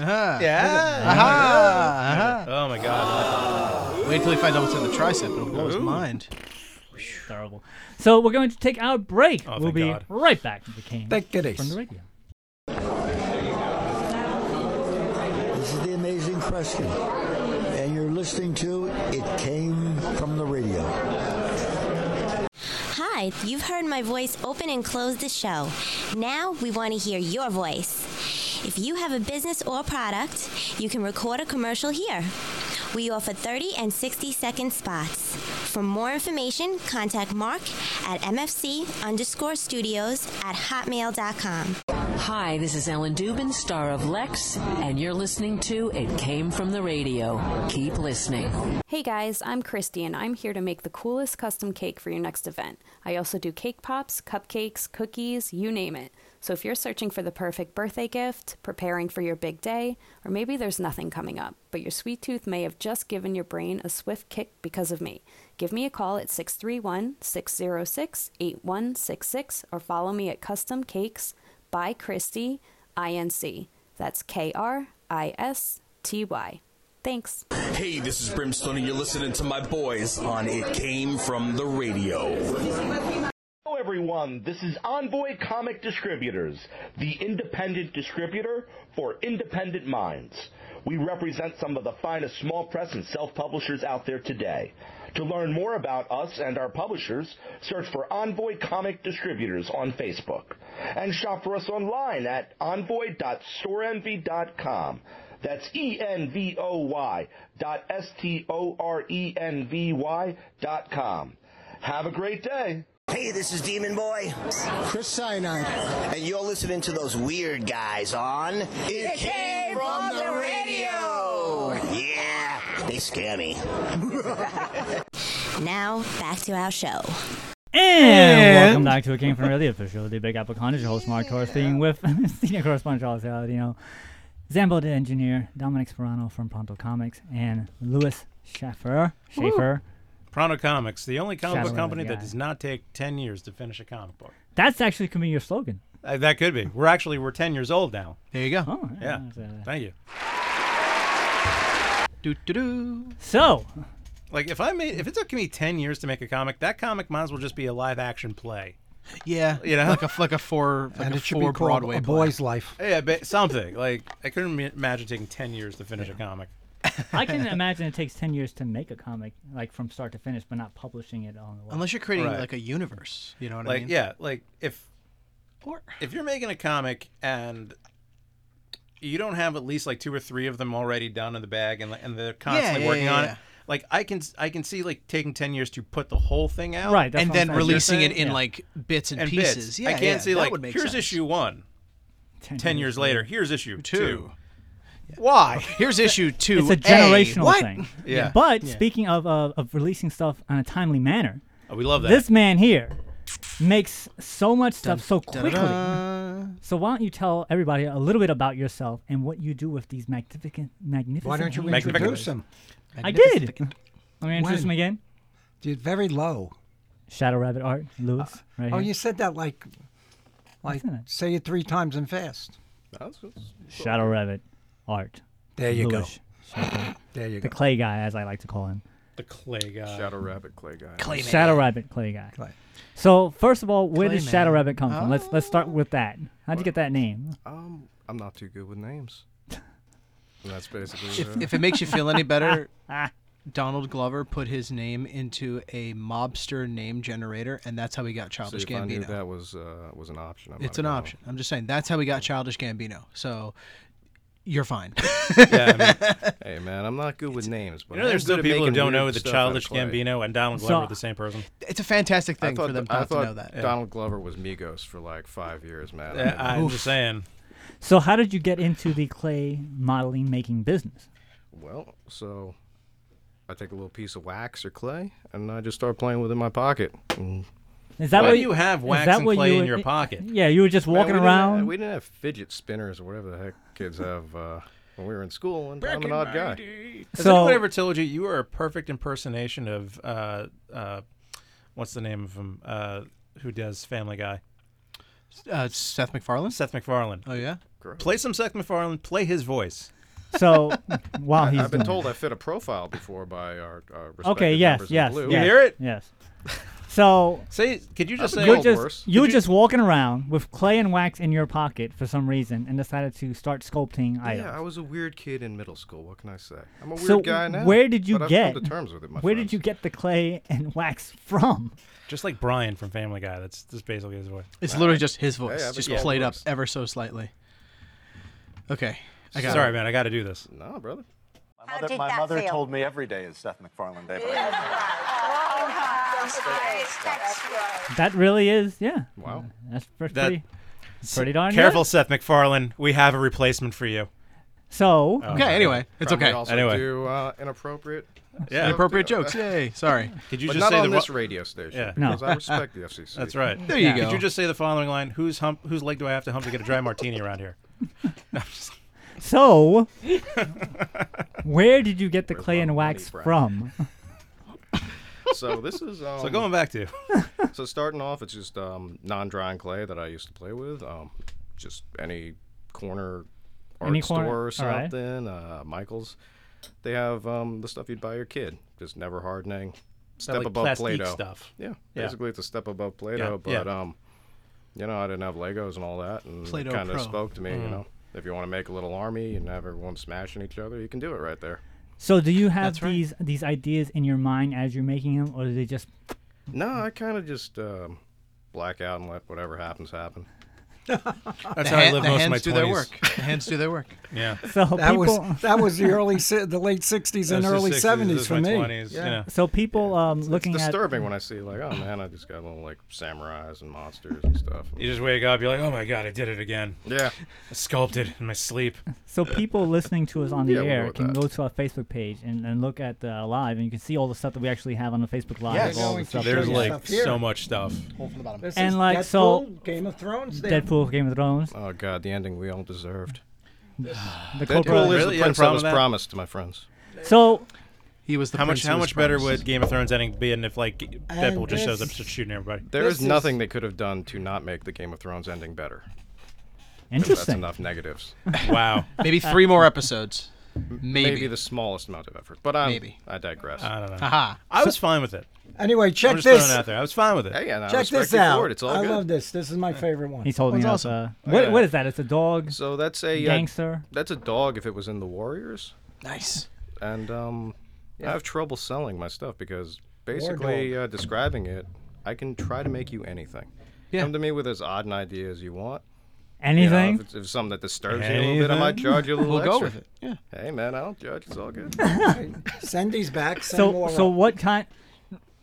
Ah.
Yeah.
Uh-huh.
Ah.
Oh my god.
Wait until you find out what's in the tricep. It'll blow his mind.
Terrible. So we're going to take our break.
Oh,
we'll
thank
be
God.
right back to the king
Thank
from
goodies.
the radio.
This is the amazing Kreskin, and you're listening to It Came from the Radio.
Hi, you've heard my voice open and close the show. Now we want to hear your voice. If you have a business or product, you can record a commercial here. We offer 30 and 60 second spots. For more information, contact Mark at mfc underscore studios at hotmail.com.
Hi, this is Ellen Dubin, star of Lex, and you're listening to It Came From the Radio. Keep listening.
Hey guys, I'm Christy and I'm here to make the coolest custom cake for your next event. I also do cake pops, cupcakes, cookies, you name it. So if you're searching for the perfect birthday gift, preparing for your big day, or maybe there's nothing coming up, but your sweet tooth may have just given your brain a swift kick because of me, give me a call at 631 606 8166 or follow me at Custom Cakes by Christy INC. That's K R I S T Y. Thanks.
Hey, this is Brimstone, and you're listening to my boys on It Came From the Radio. Hello, everyone. This is Envoy Comic Distributors, the independent distributor for independent minds. We represent some of the finest small press and self publishers out there today. To learn more about us and our publishers, search for Envoy Comic Distributors on Facebook and shop for us online at envoy.storenvy.com. That's E N V O Y dot S T O R E N V Y dot com. Have a great day. Hey, this is Demon Boy. Chris Sinai. And you're listening to those weird guys on It, Came From the Radio. Yeah, they scare me.
Now back to our show.
And, welcome back to a King from the Radio official, the Big Apple Con. It's your host Mark Torres, being with senior correspondent Charles Saladino, Zambo the engineer, Dominic Sperano from Pronto Comics, and Louis Schaffer. Schaefer.
Pronto Comics, the only comic
Shadow
book company
guy.
that does not take ten years to finish a comic book.
That's actually could be your slogan.
Uh, that could be. We're actually we're ten years old now.
There you go.
Oh,
uh,
Yeah.
that's, uh,
Thank you.
Do do do.
So,
Like if I made if it took me ten years to make a comic, that comic might as well just be a live action play.
Yeah,
You know?
like a like a four like
And
a
it should be
four
called
Broadway
A
play.
Boy's Life.
Yeah, but something like I couldn't ma- imagine taking ten years to finish a comic.
I can imagine it takes ten years to make a comic, like from start to finish, but not publishing it on the web.
Unless you're creating
Right.
like a universe, you know what
like
I mean?
yeah, like if if you're making a comic and you don't have at least like two or three of them already done in the bag and, and they're constantly
yeah,
working
yeah,
on
yeah.
it. Like I can I can see like taking ten years to put the whole thing out,
Right, that's And what I'm then saying. releasing it in, like, bits and
bits.
pieces.
I
Yeah,
can't
yeah,
see
that
like
would make sense.
here's
Mm-hmm.
issue one. Ten, years later, here's issue two.
Why? Here's issue two.
It's a generational
what?
thing.
Yeah.
But
Yeah.
speaking of, of of releasing stuff on a timely manner,
Oh, we love that.
This man here makes so much stuff
Dun,
so
dun,
quickly.
dun.
So why don't you tell everybody a little bit about yourself and what you do with these magnificent, magnificent?
Why don't you
hands?
introduce him?
I did. Let me introduce him
When?
again.
Dude, very low.
Shadow Rabbit Art, Lewis, right
Oh,
here.
you said that like, like say it three times and fast.
Shadow Rabbit Art.
There you go.
Lewis Shadow.
There you
the
go.
clay guy, as I like to call him.
The clay guy.
Shadow Rabbit Clay Guy.
Shadow Rabbit clay guy. So first of all, where does
Clayman.
Shadow Rabbit come from? Let's let's start with that. How'd you get that name?
Um, I'm not too good with names. That's basically
If, if it makes you feel any better, Donald Glover put his name into a mobster name generator, and that's how he got
So
Childish
if I knew
Gambino.
that was uh, was an option. I might
It's
have
an
known.
option. I'm just saying that's how we got Childish Gambino. So you're fine.
yeah,
hey man, I'm not good with names, but
You know, there's
I'm
still
good at
people who
making
don't
weird
know that
stuff out of
Childish
clay.
Gambino and Donald Glover are the same person.
It's a fantastic
I
thought, thing for
thought
them
th-
not
I
to
thought
know that.
Donald Glover was Migos for like five years, man.
Yeah,
I
I'm
mean,
just saying.
So how did you get into the clay modeling making business?
Well, so I take a little piece of wax or clay, and I just start playing with it in my pocket. And-
Is that
Why
what
do you have
is
wax
that
and
what
clay
you
in
were-
your pocket?
Yeah, you were just
Man,
walking
we didn't have-
around.
we didn't have fidget spinners or whatever the heck kids have uh, when we were in school. And I'm an odd guy.
Has
So-
anyone ever told you you are a perfect impersonation of uh, uh, what's the name of him uh, who does Family Guy?
Uh, Seth MacFarlane.
Seth MacFarlane.
Oh yeah.
Play some Seth MacFarlane. Play his voice.
So while
I,
he's
have been
doing
told I fit a profile before by our, our
it.
respected
okay, yes,
members in
yes,
blue.
yes, Yes. So
Say, could you just say
you're just you were just walking around with clay and wax in your pocket for some reason and decided to start sculpting items.
Yeah, I was a weird kid in middle school. What can I say? I'm a weird
so
guy now.
where did you
but
get
I've come to terms with it, my
where
friends.
did you get the clay and wax from?
Just like Brian from Family Guy. That's that's basically his voice.
It's literally just his voice,
I've
just
been told
played
it
up ever so slightly. Okay, I got
Sorry,
it.
man. I got to do this.
No, brother.
Mother-
did
my
that
mother
feel?
told me every day is Seth MacFarlane Day. but I-
That's right. That's right.
That really is, yeah.
Wow.
That's pretty
That-
pretty darn good.
Careful, Seth MacFarlane. We have a replacement for you.
So
Oh, Okay, okay. anyway, it's
Probably
okay.
Also
Anyway.
do uh, inappropriate.
Yeah.
stuff.
Inappropriate jokes, yay, sorry.
Did you
But
just
not
say
on
the
this
wa-
radio station?
Yeah.
Because I respect the FCC.
That's right.
There you
Did
go.
you just say the following line? Whose hump, whose leg do I have to hump to get a dry martini around here? No, I'm just-
So, where did you get the clay and
my money,
wax
Brad?
from?
So this is. Um,
So going back to-
so starting off, it's just um, non-drying clay that I used to play with. Um, just any corner art
Any corner-
store or
all right.
something. Uh, Michaels. They have um, the stuff you'd buy your kid. Just never hardening. Step
like
above
plastique
Play-Doh
stuff.
Yeah.
Yeah.
Basically, it's a step above Play-Doh.
Yeah, yeah.
But um, you know, I didn't have Legos and all that, and
Play-Doh
it kind
Pro.
of spoke to me.
Mm.
You know, if you want to make a little army and have everyone smashing each other, you can do it right there.
So, do you have these these ideas in your mind as you're making them, or do they just?
No, I kind of just um, black out and let whatever happens happen.
That's
The
how I
hand-
live
the
most of
hands
my
do
20s.
their work. The hands do their work.
Yeah.
So
that
people-
was that was the early si- the late '60s and
That's the
early
60s,
'70s
those
for
my
me.
20s, you know.
So people um, looking
it's
at
disturbing when I see like, oh man, I just got little like samurais and monsters and stuff.
You just wake up, you're like, oh my god, I did it again.
Yeah.
I sculpted in my sleep.
So people listening to us on the
Yeah, we'll go
air
with
can go to our Facebook page and, and look at the live, and you can see all the stuff that we actually have on the Facebook live.
Yes.
of all the
Going to
stuff
show
that
There's
we
like
have.
here.
so much stuff.
This is
and like so,
Deadpool, Game of Thrones. There.
Deadpool, Game of Thrones.
Oh god, the ending we all deserved.
The
Deadpool
Cobra-
is
Really? You
the
had a
prince
problem with
I was
that?
promised, my friends.
So
he was the
how much
prince
how
who was
much better
promised.
would Game of Thrones ending be, and if like Deadpool just shows up
this-
just shooting everybody?
There is
This is-
nothing they could have done to not make the Game of Thrones ending better.
Interesting.
That's enough negatives.
Wow.
Maybe three more episodes.
Maybe. the smallest amount of effort. But I'm,
Maybe.
I digress.
I don't know. I was fine with it.
Anyway, check
I'm just
this
throwing it out there. I was fine with it.
Hey, and I
check
respect
this
you for
out.
it. It's all
I
good.
love this. This is my favorite one.
He's holding
One's
up.
awesome. Oh,
Uh,
I
what,
got
what
it.
is that? It's a dog.
So that's a uh,
gangster.
that's a dog if it was in the Warriors.
Nice.
And um, I have trouble selling my stuff because basically uh, describing it, I can try to make you anything. Come to me with as odd an idea as you want. You know,
Anything?
if, it's, if it's something that disturbs you a little bit, I might
Anything?
charge you a little
We'll
extra.
go with it,
Yeah. Hey man, I don't judge. It's all good.
Send these back. Send
so
more.
so
up.
what kind?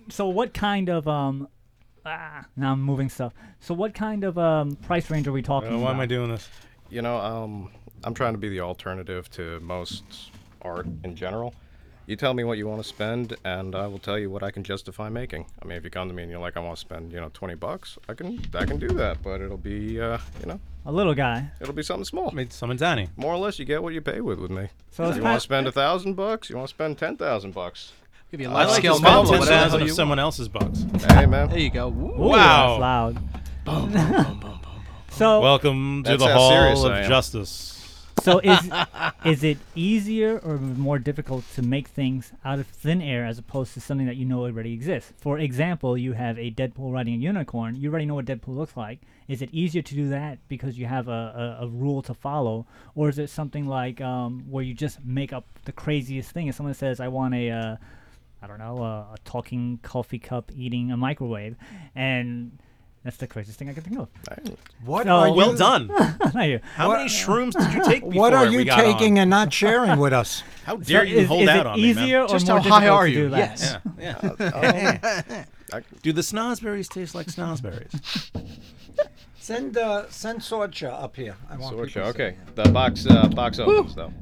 So what kind of um? Ah, now I'm moving stuff. So what kind of um price range are we talking
Uh,
about?
doing this?
You know, um, I'm trying to be the alternative to most art in general. You tell me what you want to spend, and I will tell you what I can justify making. I mean, if you come to me and you're like, I want to spend, you know, 20 bucks, I can, I can do that, but it'll be, uh, you know,
A little guy.
it'll be something small.
I mean, something tiny.
More or less, you get what you pay with with me.
So
So
it's kind
you want
of-
to spend a thousand bucks, you want to spend ten thousand bucks.
Give you a
I
life
like
skill
to spend
combo, whatever the hell
10,000 of
you
someone
want.
else's bucks.
Hey man,
There you go.
Ooh,
Wow.
that's loud. So
Welcome to
That's
the
how serious
Hall
I
of
am.
Justice.
So is is it easier or more difficult to make things out of thin air as opposed to something that you know already exists? For example, you have a Deadpool riding a unicorn. You already know what Deadpool looks like. Is it easier to do that because you have a, a, a rule to follow, or is it something like um, where you just make up the craziest thing? If someone says, "I want a," uh, I don't know, a, a talking coffee cup eating a microwave, and that's the craziest thing I can think of.
What
So-
are
Well
you-
done.
Thank you.
How many shrooms did you take before
What are
we
you
got
taking
on?
and not sharing with us?
How dare
So
you
is-
hold
is
out
it
on me, man?
easier or
Just
more
how high
difficult
are
to
you?
do that? Oh,
Yes.
Yeah, yeah. Do the snozzberries taste like snozzberries?
Send uh, send Sorcha up here. I want
Sorcha,
people to see
okay.
it.
The box, uh, box opens though.
All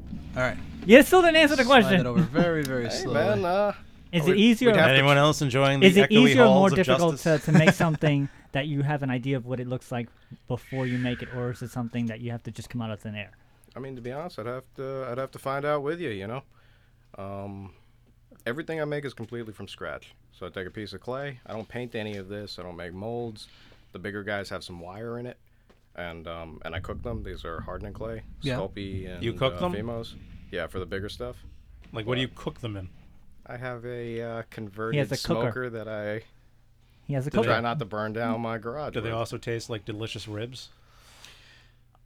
right.
You still didn't answer the
Slide it
question.
over very, very
Hey
slowly.
man, uh,
Is
we-
it easier?
we'd
Or,
have to
Anyone else enjoying the
is it
echoey
easier or
halls
more
of
difficult to,
justice?
to make something that you have an idea of what it looks like before you make it, or is it something that you have to just come out of thin air?
I mean, to be honest, I'd have to I'd have to find out with you. You know, um, everything I make is completely from scratch. So I take a piece of clay. I don't paint any of this. I don't make molds. The bigger guys have some wire in it, and um, and I cook them. These are hardening clay,
Yeah.
Sculpey, and
You cook
uh,
them?
Fimos. Yeah, for the bigger stuff.
Like, what do you cook them in?
I have a uh, converted
a cooker.
smoker that I
He has a
Do they-
try
cooker.
not to burn down my garage.
Do they
with.
also taste like delicious ribs?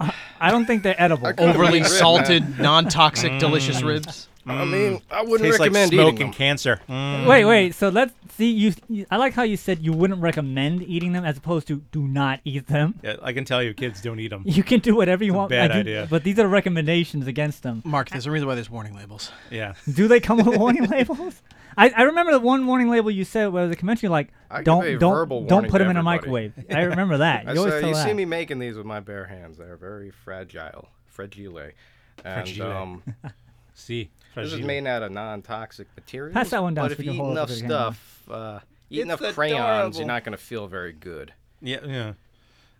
I don't think they're edible.
could've
Overly
made rib, man.
salted, non-toxic, delicious ribs.
I mean, I wouldn't
Tastes like
recommend
smoke
eating them.
and cancer. Mm.
Wait, wait. So let's see. You, you, I like how you said you wouldn't recommend eating them, as opposed to do not eat them.
Yeah, I can tell you, kids don't eat them.
You can do whatever you
a
want.
bad
I do-
idea.
But these are recommendations against them.
Mark, there's a reason why there's warning labels.
Yeah.
Do they come with warning labels? I, I remember the one warning label you said where the convention you're like
I give a
don't
verbal
don't don't
warning
put
to
them in a
everybody.
microwave. I remember that.
I
You always
say-
tell
you
that.
see me making these with my bare hands. They're very fragile, fragile, and
Fragile.
um,
See,
this is
fragile.
made out of non-toxic materials.
Pass that one down
But
so
if
we
you
can
eat
hold it
enough
up to the camera.
stuff, uh, you eat
It's
enough crayons,
adorable.
you're not gonna feel very good.
Yeah, yeah.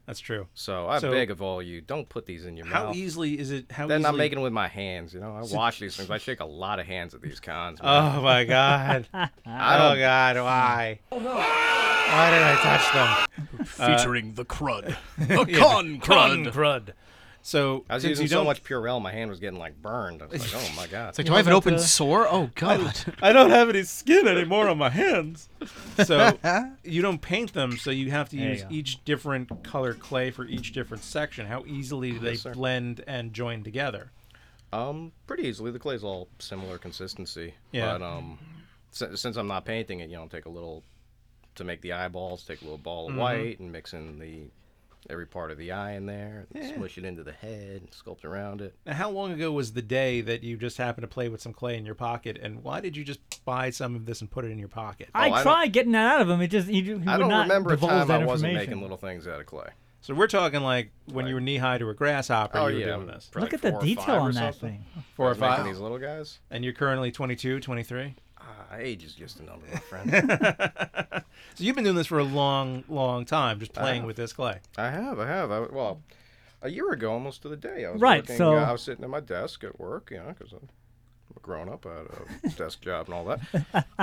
That's true.
So I
So-
beg of all you, don't put these in your
How
mouth.
easily is it? How
Then
easily?
I'm making it with my hands. You know, I wash these things. I shake a lot of hands at these cons. man.
Oh my god. oh god, why?
Oh,
Why did I touch them?
Featuring the crud. The
Yeah,
con
Crud.
crud.
crud. So
I was
since
using
you
so
don't,
much Purell, my hand was getting like burned. I was like, oh my god.
It's like, do I have an open sore? Oh, God.
I don't have any skin anymore on my hands. So you don't paint them, so you have to
There you
use
go.
each different color clay for each different section. How easily do they
Yes, sir.
blend and join together?
Um, pretty easily. The clay's all similar consistency.
Yeah.
But um, since, since I'm not painting it, you know, take a little to make the eyeballs. Take a little ball
Mm-hmm.
of white and mix in the every part of the eye in there. And Smush it into the head and sculpt around it.
Now, how long ago was the day that you just happened to play with some clay in your pocket, and why did you just buy some of this and put it in your pocket?
Oh, I
I
don't-
tried getting that out of him. It just he, he would
I don't
not
remember a
divulge
time
that
I wasn't
information. Oh,
making little things out of clay.
So we're talking like when you were knee high to a grasshopper,
Oh
you were
yeah.
doing this.
for
Look
like
at the
four or
detail
five or
on that
something.
thing.
Four
or
or five.
five.
Making these little guys.
And you're currently 22, 23.
Ah, age is just a number, my friend.
So you've been doing this for a long, long time, just playing with this clay.
I have, I have. I, well, a year ago, almost to the day, I was
Right,
working,
so-
uh, I was sitting at my desk at work, you know, because I'm a grown up, I had a desk job and all that,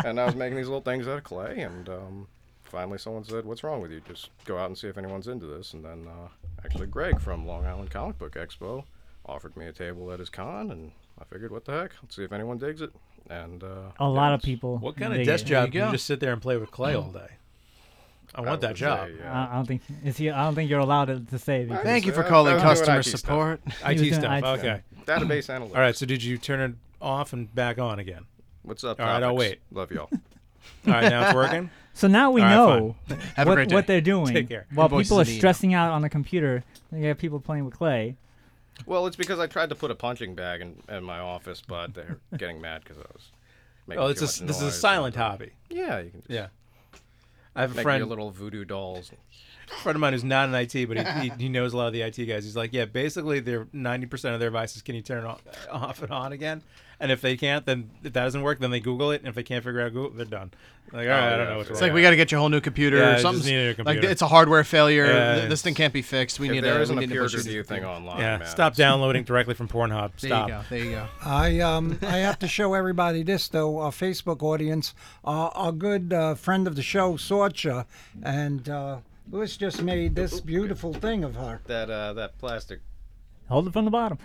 and I was making these little things out of clay, and um, finally someone said, "What's wrong with you? Just go out and see if anyone's into this." And then uh, actually, Greg from Long Island Comic Book Expo offered me a table at his con, and I figured, what the heck? Let's see if anyone digs it. And uh,
A lot of people.
What kind of
dig
desk
it.
job? Can you just sit there and play with clay all day. I want that
would
job.
say,
I- I don't think is he, I don't think you're allowed to, to say. because-
Thank you for calling
I'm doing
customer
IT stuff.
support.
IT
He was doing
stuff.
IT
okay.
stuff. Database analytics.
All right. So did you turn it off and back on again?
What's up?
All right. I'll wait.
topics? Love y'all.
All right. Now it's working.
So now we
All right,
know
fine.
what, what they're doing.
Take care.
While
Invoices
people are
in the email.
stressing out on the computer, you have people playing with clay.
Well, it's because I tried to put a punching bag in, in my office, but they're getting mad because I was making
Oh,
too
it's a,
much
s- this is a
noise.
silent hobby.
Yeah, you can just
Yeah. I have a
make
friend,
your little voodoo dolls.
a friend of mine who's not in IT, but he, he, he knows a lot of the IT guys. He's like, yeah, basically, they're ninety percent of their devices can you turn off, off and on again, and if they can't, then if that doesn't work, then they Google it, and if they can't figure out Google, they're done. Like, all right, I don't know what's
It's
wrong.
like we got to get you a whole new computer
Yeah, I
or
just
something.
need a new
Like
computer.
it's a hardware failure.
Yeah,
Th-
it's-
this thing can't be fixed. We
If
need
there
a,
isn't
we
a
need
peer
push
review
this
thing
through.
online,
Yeah,
man.
stop downloading directly from Pornhub.
There
Stop.
you go. There you go.
I um I have to show everybody this though our Facebook audience uh, our good uh, friend of the show Sorcha and uh, Lewis just made this beautiful thing of her.
That uh, that plastic.
Hold it from the bottom.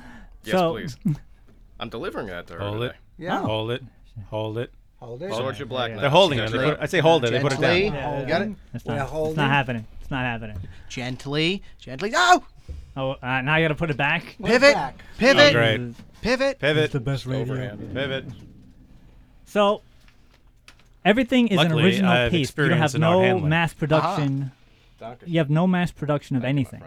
Yes,
so,
please. I'm delivering that to her.
Hold it.
today.
Yeah.
Hold it. Hold it.
Hold it.
Sword your black knife.
They're holding
You
it.
guys
They
are
put it-
up.
I say hold it. They put it down.
Gently.
Yeah.
You got it?
It's
We're
not, it's
holding.
not happening. It's not happening.
Gently. Gently. No.
Oh, uh, now I got to put it back.
Put it
Pivot.
back.
Oh,
Pivot.
great.
Pivot.
Pivot.
best
Overhand.
Pivot.
So everything is
Luckily,
an original
I've
piece. You don't
experience
have
in art
no
handling.
mass production.
Doctor.
You have no mass production of anything.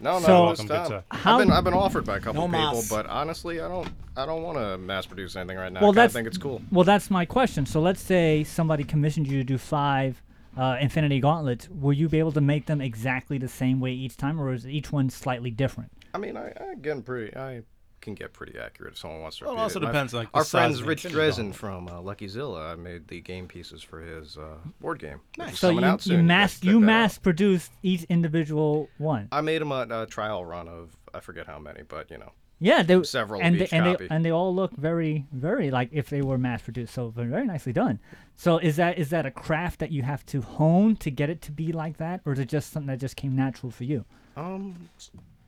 No, no,
So-
no.
Welcome, good
Stop.
sir.
How-
I've been I've been offered by a couple
No
people,
mas.
but honestly, I don't I don't want to mass produce anything right now.
Well,
I kinda
that's-
think it's cool.
Well, that's my question. So let's say somebody commissioned you to do five uh, Infinity Gauntlets. Will you be able to make them exactly the same way each time, or is each one slightly different?
I mean, I, I get pretty. I can get pretty accurate if someone wants to.
Well, it
repeat
also
My-
depends, like, the
our
size
friends
of the
Rich
Infinity
Dresden from uh, Lucky Zilla. I made the game pieces for his uh, board game. Nice.
So you, you mass you mass produced each individual one.
I made him a, a trial run of I forget how many, but you know,
Yeah, they,
several of
and
each
they, and
copy.
they and they all look very very like if they were mass produced. So they're very nicely done. So is that is that a craft that you have to hone to get it to be like that, or is it just something that just came natural for you?
um,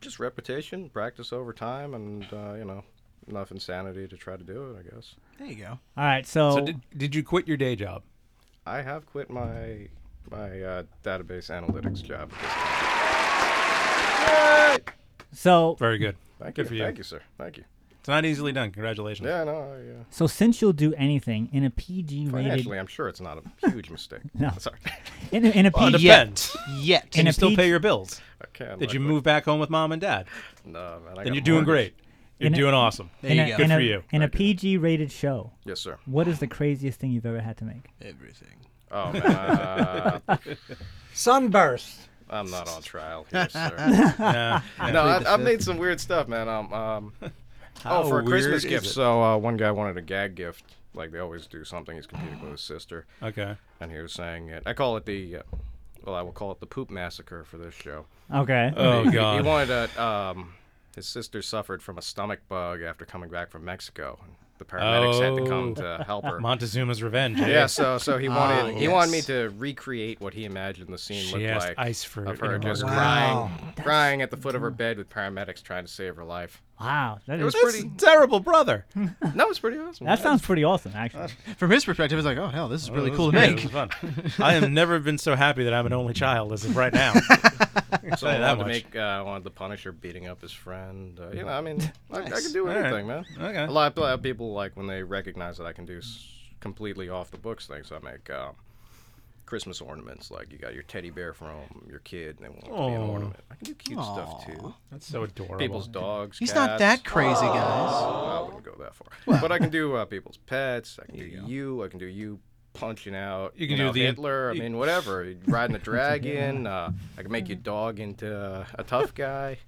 just repetition, practice over time, and uh, you know, enough insanity to try to do it. I guess
There you go.
All right, so,
So did, did you quit your day job?
I have quit my my uh, database analytics job.
so
Very good.
Thank
good
you.
for you.
Thank you, sir. Thank you.
It's not easily done. Congratulations.
Yeah, no, I, uh,
So since you'll do anything in a PG rated
financially, I'm sure it's not a huge mistake.
No.
sorry.
in a, in a
Well, it
PG
depends.
Yet.
In
Can
a
you still
peach-
pay your bills?
Okay. I'm
Did you
lucky.
move back home with mom and dad?
No, man. I
Then
got
you're doing
mortgage.
great. You're
In a-
doing awesome.
There
in
you
a,
go.
Good
in
for
a,
you.
in a PG rated show.
Yes, sir.
What is the craziest thing you've ever had to make?
Everything.
Oh man, uh,
Sunburst.
I'm not on trial here, sir.
Yeah.
no, I, I've made some weird stuff, man. Um, um,
How
oh, for a Christmas
weird is
gift.
it?
So uh, one guy wanted a gag gift, like they always do. Something he's competing with his sister,
Okay.
and he was saying it. I call it the, uh, well, I will call it the poop massacre for this show.
Okay.
Oh
He- He
God.
wanted a. Um, his sister suffered from a stomach bug after coming back from Mexico. and The paramedics had to come
Oh.
to help her.
Montezuma's revenge. eh?
Yeah, so so he wanted
Ah,
he wanted me
yes.
to recreate what he imagined the scene
She
looked
asked
like
ice fruit
of
in
her
her
just
mouth.
Wow.
crying, crying at the foot of her bed with paramedics trying to save her life.
wow. That,
It
is,
was
That's
pretty.
a terrible brother.
That was pretty awesome.
that sounds pretty awesome, actually.
From his perspective, it's like, oh hell, this is really
It was
cool to
great.
make.
It was fun. I have never been so happy that I'm an only child as of right now.
So
Say
I
that
wanted to
much.
make uh, I wanted the Punisher beating up his friend. Uh, you know, I mean, I, I could do
All right.
anything, man.
Okay.
A lot, a lot of people like when they recognize that I can do s- completely off the books things. I make um, Christmas ornaments, like you got your teddy bear from your kid, and they want it to be an
Aw.
ornament. I can do cute stuff too.
That's so adorable.
People's dogs.
He's not that
crazy.
crazy, guys.
Oh.
I wouldn't go that far. But I can do uh, people's pets. I can do you. I can do you punching out.
You can do
know,
the-
Hitler. I
you-
mean, whatever. Riding a dragon. Uh, I can make your dog into uh, a tough guy.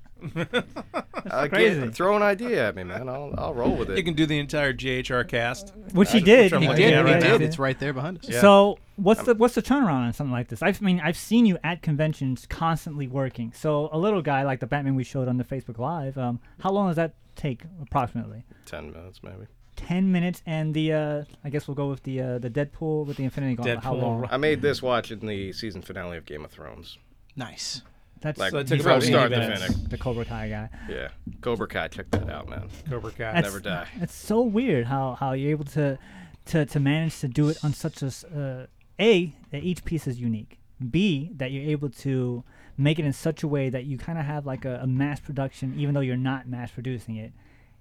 I
crazy.
Get, throw an idea at me, man. I'll, I'll roll with
You
it.
can do the entire JHR cast.
Which he
just
did.
from
He
what
did.
Yeah,
he
right
did.
now.
It's right there behind us.
So
Um,
what's the what's the turnaround on something like this? I've, I mean, I've seen you at conventions constantly working. So a little guy like the Batman we showed on the Facebook Live, um, how long does that take approximately?
Ten minutes, maybe.
Ten minutes, and the uh, I guess we'll go with the uh, the Deadpool with the Infinity Gauntlet. How
Deadpool,
long?
right.
I made this watching the season finale of Game of Thrones.
Nice.
That's
Like,
so it
from
took about
start to
80 minutes,
finish.
the Cobra Kai guy.
Yeah, Cobra Kai. Check that out, man.
Cobra Kai.
That's-
Never die.
It's so weird how, how you're able to, to to manage to do it on such a s- uh, a that each piece is unique. B that you're able to make it in such a way that you kind of have like a, a mass production, even though you're not mass producing it.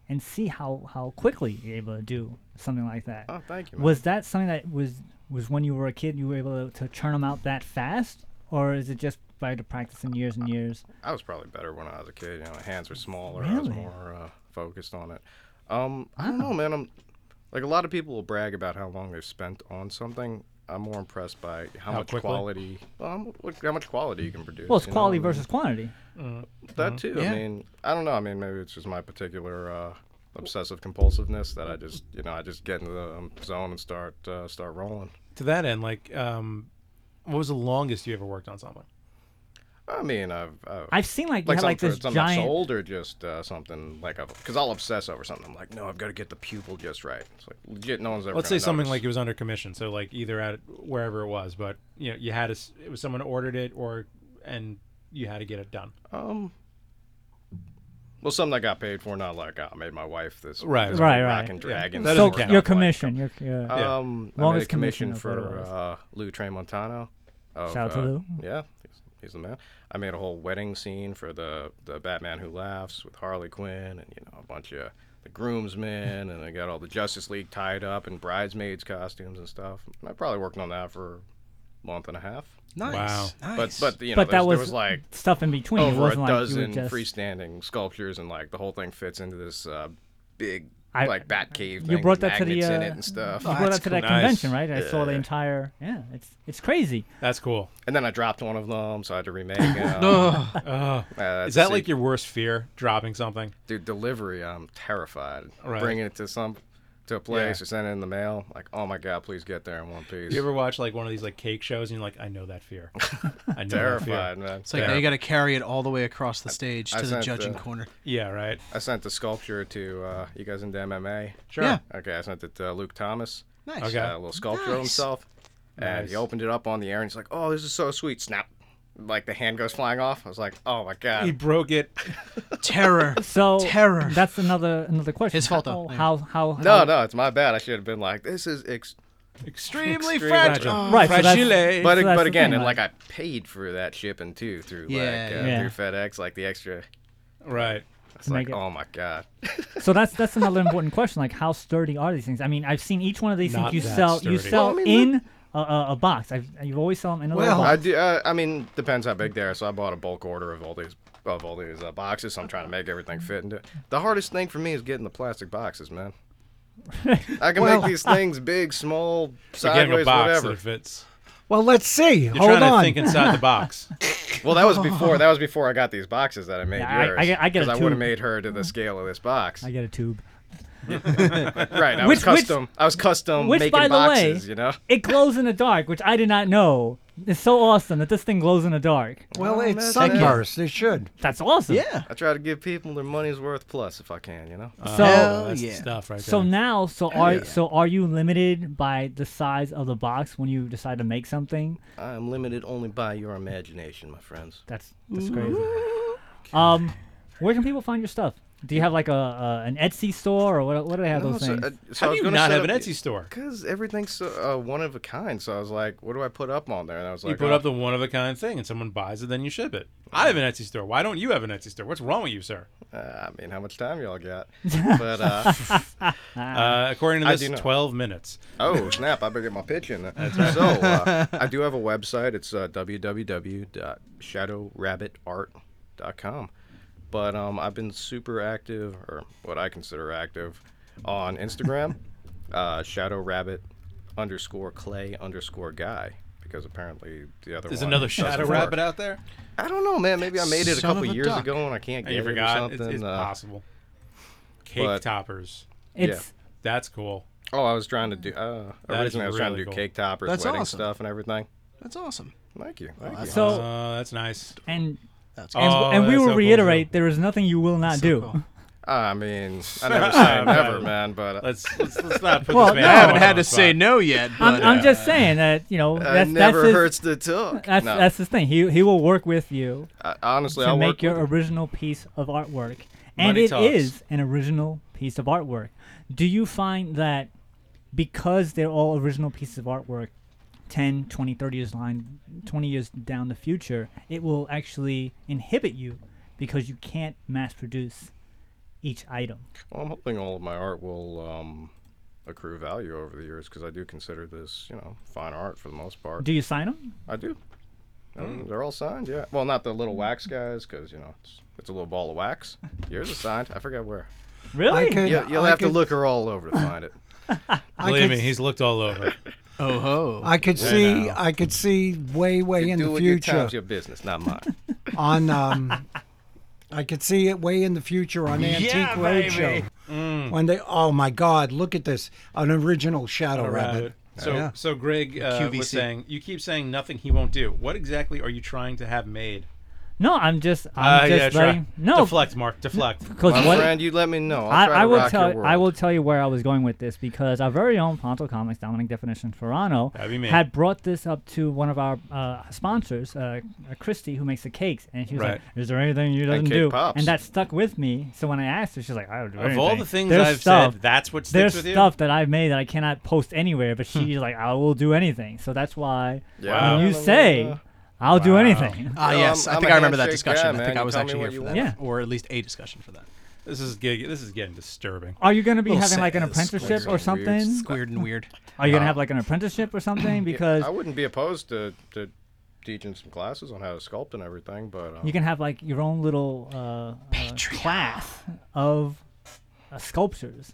And see how how quickly you're able to do something like that.
Oh, thank you, man.
Was that something that was was when you were a kid? You were able to, to churn them out that fast, or is it just by the practicing years and years?
I was probably better when I was a kid. You know, my hands were smaller. I was
Really?
more uh, focused on it. Um, I don't know, man. I'm like a lot of people will brag about how long they've spent on something. I'm more impressed by how,
How
much
quickly?
quality. Well, I'm- look how much quality you can produce.
Well, it's
you know,
quality
I mean,
versus quantity.
That too.
Yeah.
I mean, I don't know. I mean, maybe it's just my particular uh, obsessive compulsiveness that I just, you know, I just get into the um, zone and start uh, start rolling.
To that end, like, um, what was the longest you ever worked on something?
I mean, I've I've,
I've seen, like, you have,
something
like,
for-
this
something
giant-
that's old or just uh, something like a because I'll obsess over something. I'm like, no, I've got to get the pupil just right. It's like legit, no one's ever.
Let's say
gonna
something
notice.
like it was under commission, so like either at wherever it was, but you know, you had a s it was someone ordered it, or and you had to get it done.
Um, well, something I got paid for, not like oh, I made my wife this
Right.
this
Right, right.
rock and dragon.
Yeah. That doesn't count. Your commission, your- your- Yeah.
um, I made a
Longest commission
commission
of what it
for
was.
uh, Lou Tramontano. of,
Shout out to
uh,
Lou.
Yeah, he's, he's the man. I made a whole wedding scene for the the Batman Who Laughs with Harley Quinn and you know a bunch of the groomsmen and I got all the Justice League tied up in bridesmaids costumes and stuff. And I probably worked on that for a month and a half.
Nice, Wow.
But
nice.
but you know
But that
there's-
was
there was like
stuff in between. It
Over
wasn't
a
like you were
dozen
just-
freestanding sculptures and like the whole thing fits into this uh, big
I-
like bat cave.
You
thing
brought
with
that to the
magnets
uh,
in it and stuff.
You brought that to that convention, right? I saw the entire. Yeah, it's it's crazy.
That's cool.
And then I dropped one of them, so I had to remake it. Uh,
Ugh. Uh, Is that like your worst fear, dropping something?
Dude, delivery, I'm terrified.
Right.
Bringing it to some to a place or sending it in the mail, like, oh my god, please get there in one piece.
You ever watch like one of these like cake shows and you're like, I know that fear. I know that
Terrified,
fear.
man.
It's like now you got to carry it all the way across the stage to the
sent
judging corner.
Yeah, right.
I sent the sculpture to uh, you guys into MMA.
Sure. Yeah.
Okay, I sent it to Luke Thomas.
Nice.
Okay.
Okay.
A little sculpture of
Nice.
himself. And he
Nice.
opened it up on the air and he's like, oh, this is so sweet. Snap. Like the hand goes flying off. I was like, oh my God.
He broke it.
Terror.
So terror. That's another another question. His fault
though.
How how, how
No, no, it's my bad. I should have been like, this is ex-
Extremely
extreme-
fragile. Right, so that's- Fragile.
But,
so that's
but
the
again,
thing,
and
like-
like I paid for that shipping too through
Yeah,
like uh,
yeah.
through FedEx, like the extra.
Right.
It's
To make
like,
it-
oh my God.
So that's that's another important question. Like, how sturdy are these things? I mean, I've seen each one of these
Not
things you
that
sell. You
sturdy.
sell
Well, I mean,
in a, a, a box. I've, you've always sell them in a little
I
box.
do. Uh, I mean, depends how big they are. So I bought a bulk order of all these of all these uh, boxes. So I'm trying to make everything fit into. it. The hardest thing for me is getting the plastic boxes, man. I can
Well-
make these things big, small,
You're getting a
sideways,
box
whatever.
that fits.
Well, let's see.
You're
Hold
trying to
on.
think inside the box. Uh,
Well, that was before. That was before I got these boxes that I made.
Yeah, I-
yours,
I get- I get a
'cause I
tube.
would have made her to the scale of this box.
I get a tube.
right. I was
Which- which-
custom. I was custom
Which,
making
by the
boxes.
way,
you know.
it glows in the dark, which I did not know. It's so awesome that this thing glows in the dark.
Well,
Oh,
it's
man, man.
sunburst. It should.
That's awesome.
I try to give people their money's worth plus if I can. You know.
So So
now.
now, so
Hell
are
yeah.
so are you limited by the size of the box when you decide to make something?
I am limited only by your imagination, my friends.
That's that's crazy. Um, where can people find your stuff? Do you have like a, a an Etsy store or what? What do they have
No,
those
so,
things?
uh, so I was gonna set up- Because everything's so, uh, one of a kind. So I was like, what do I put up on there? And I was like,
you put
oh,
up the one of a kind thing, and someone buys it, then you ship it. I have an Etsy store. Why don't you have an Etsy store? What's wrong with you, sir?
Uh, I mean, how much time y'all got? But uh,
Ah.
Uh, according to
I
this,
do know.
twelve minutes.
Oh snap! I better get my pitch in. there.
That's right.
So uh, I do have a website. It's uh, www.shadowrabbitart.com. But um, I've been super active, or what I consider active, on Instagram, uh, Shadow Rabbit underscore Clay underscore Guy, because apparently the other
There's
one
another
doesn't
shadow
work.
rabbit out there.
I don't know, man. Maybe I made it a
Son
couple
of a
years
duck.
ago and I can't
Oh,
get
you
it
forgot?
or
It's-
something.
it's
uh,
possible. Cake
but-
toppers.
It's-
yeah. that's cool.
Oh, I was trying to do. Uh,
That is
originally, I was trying to
really
do
cool.
cake toppers,
That's
wedding
awesome.
stuff, and everything.
That's awesome.
Thank you.
Well,
Thank you.
that's
So-
Uh, that's nice.
and
That's
and,
cool.
and we
Oh, that's
will
so cool,
reiterate there is nothing you will not
So
do.
cool.
I mean, I never say
Okay.
never, man, but
Let's- let's- let's not put
Well,
man
no.
on
I haven't
the
had to
spot.
say no yet, I'm- but-
uh,
uh,
I'm just saying that, you know,
It
that's- that's
never
his-
hurts to talk.
That's
No.
that's his thing. He he will work with you.
I- honestly,
to
I'll
make
work
your
with
original piece of artwork, and
Money
it is
talks.
an original piece of artwork. Do you find that because they're all original pieces of artwork, 10, 20, 30 years line, 20 years down the future, it will actually inhibit you because you can't mass produce each item?
Well, I'm hoping all of my art will um, accrue value over the years because I do consider this, you know, fine art for the most part.
Do you sign them?
I do. Um, they're all signed, yeah. Well, not the little wax guys because you know it's, it's a little ball of wax. Yours is signed. I forget where.
Really?
could-
You, you'll
I
have to
could-
look her all over to find it.
Believe me, he's looked all over.
Oh ho!
I could
Yeah,
see,
no.
I could see way, way in
do
the
it your
future
time's your business, not mine.
on, um, I could see it way in the future on
Yeah,
Antique
baby.
Roadshow
Mm.
when they. Oh my God! Look at this, an original Shadow
All right.
Rabbit.
So,
Yeah.
so Greg uh, was
QVC.
saying you keep saying nothing he won't do. What exactly are you trying to have made?
No, I'm just I'm
Uh, yeah,
just
try.
letting no
Deflect, Mark, deflect.
My
what-
friend, you let me know. I'll
I,
try to
I will
rock your
tell I
world.
will tell you where I was going with this because our very own Ponto Comics Dominic Definition Ferrano
That'd be me.
had brought this up to one of our uh, sponsors, uh, Christy, who makes the cakes, and she was
Right.
like, "Is there anything you
And
doesn't
cake
do?"
pops.
And that stuck with me. So when I asked her, she's like, "I don't do
Of
anything."
all the things
There's
I've
stuff,
said, that's what sticks
there's
with you? Hmm.
stuff that I've made that I cannot post anywhere, but she's like, "I will do anything." So that's why
Yeah.
when you
Wow.
say, "I'll do anything,"
Ah, yes. I think I remember that discussion. I think I was actually here for that.
Yeah.
Or at least a discussion for that.
This is getting this is getting disturbing.
Are you going to be
Little
having like an
sad,
apprenticeship
squares
or
and
something?
weird, squared and weird.
Are you going to
Uh,
have like an apprenticeship or something?
Yeah,
Because
I wouldn't be opposed to, to teaching some classes on how to sculpt and everything, but um,
you can have like your own little uh, uh, class of uh, sculptures,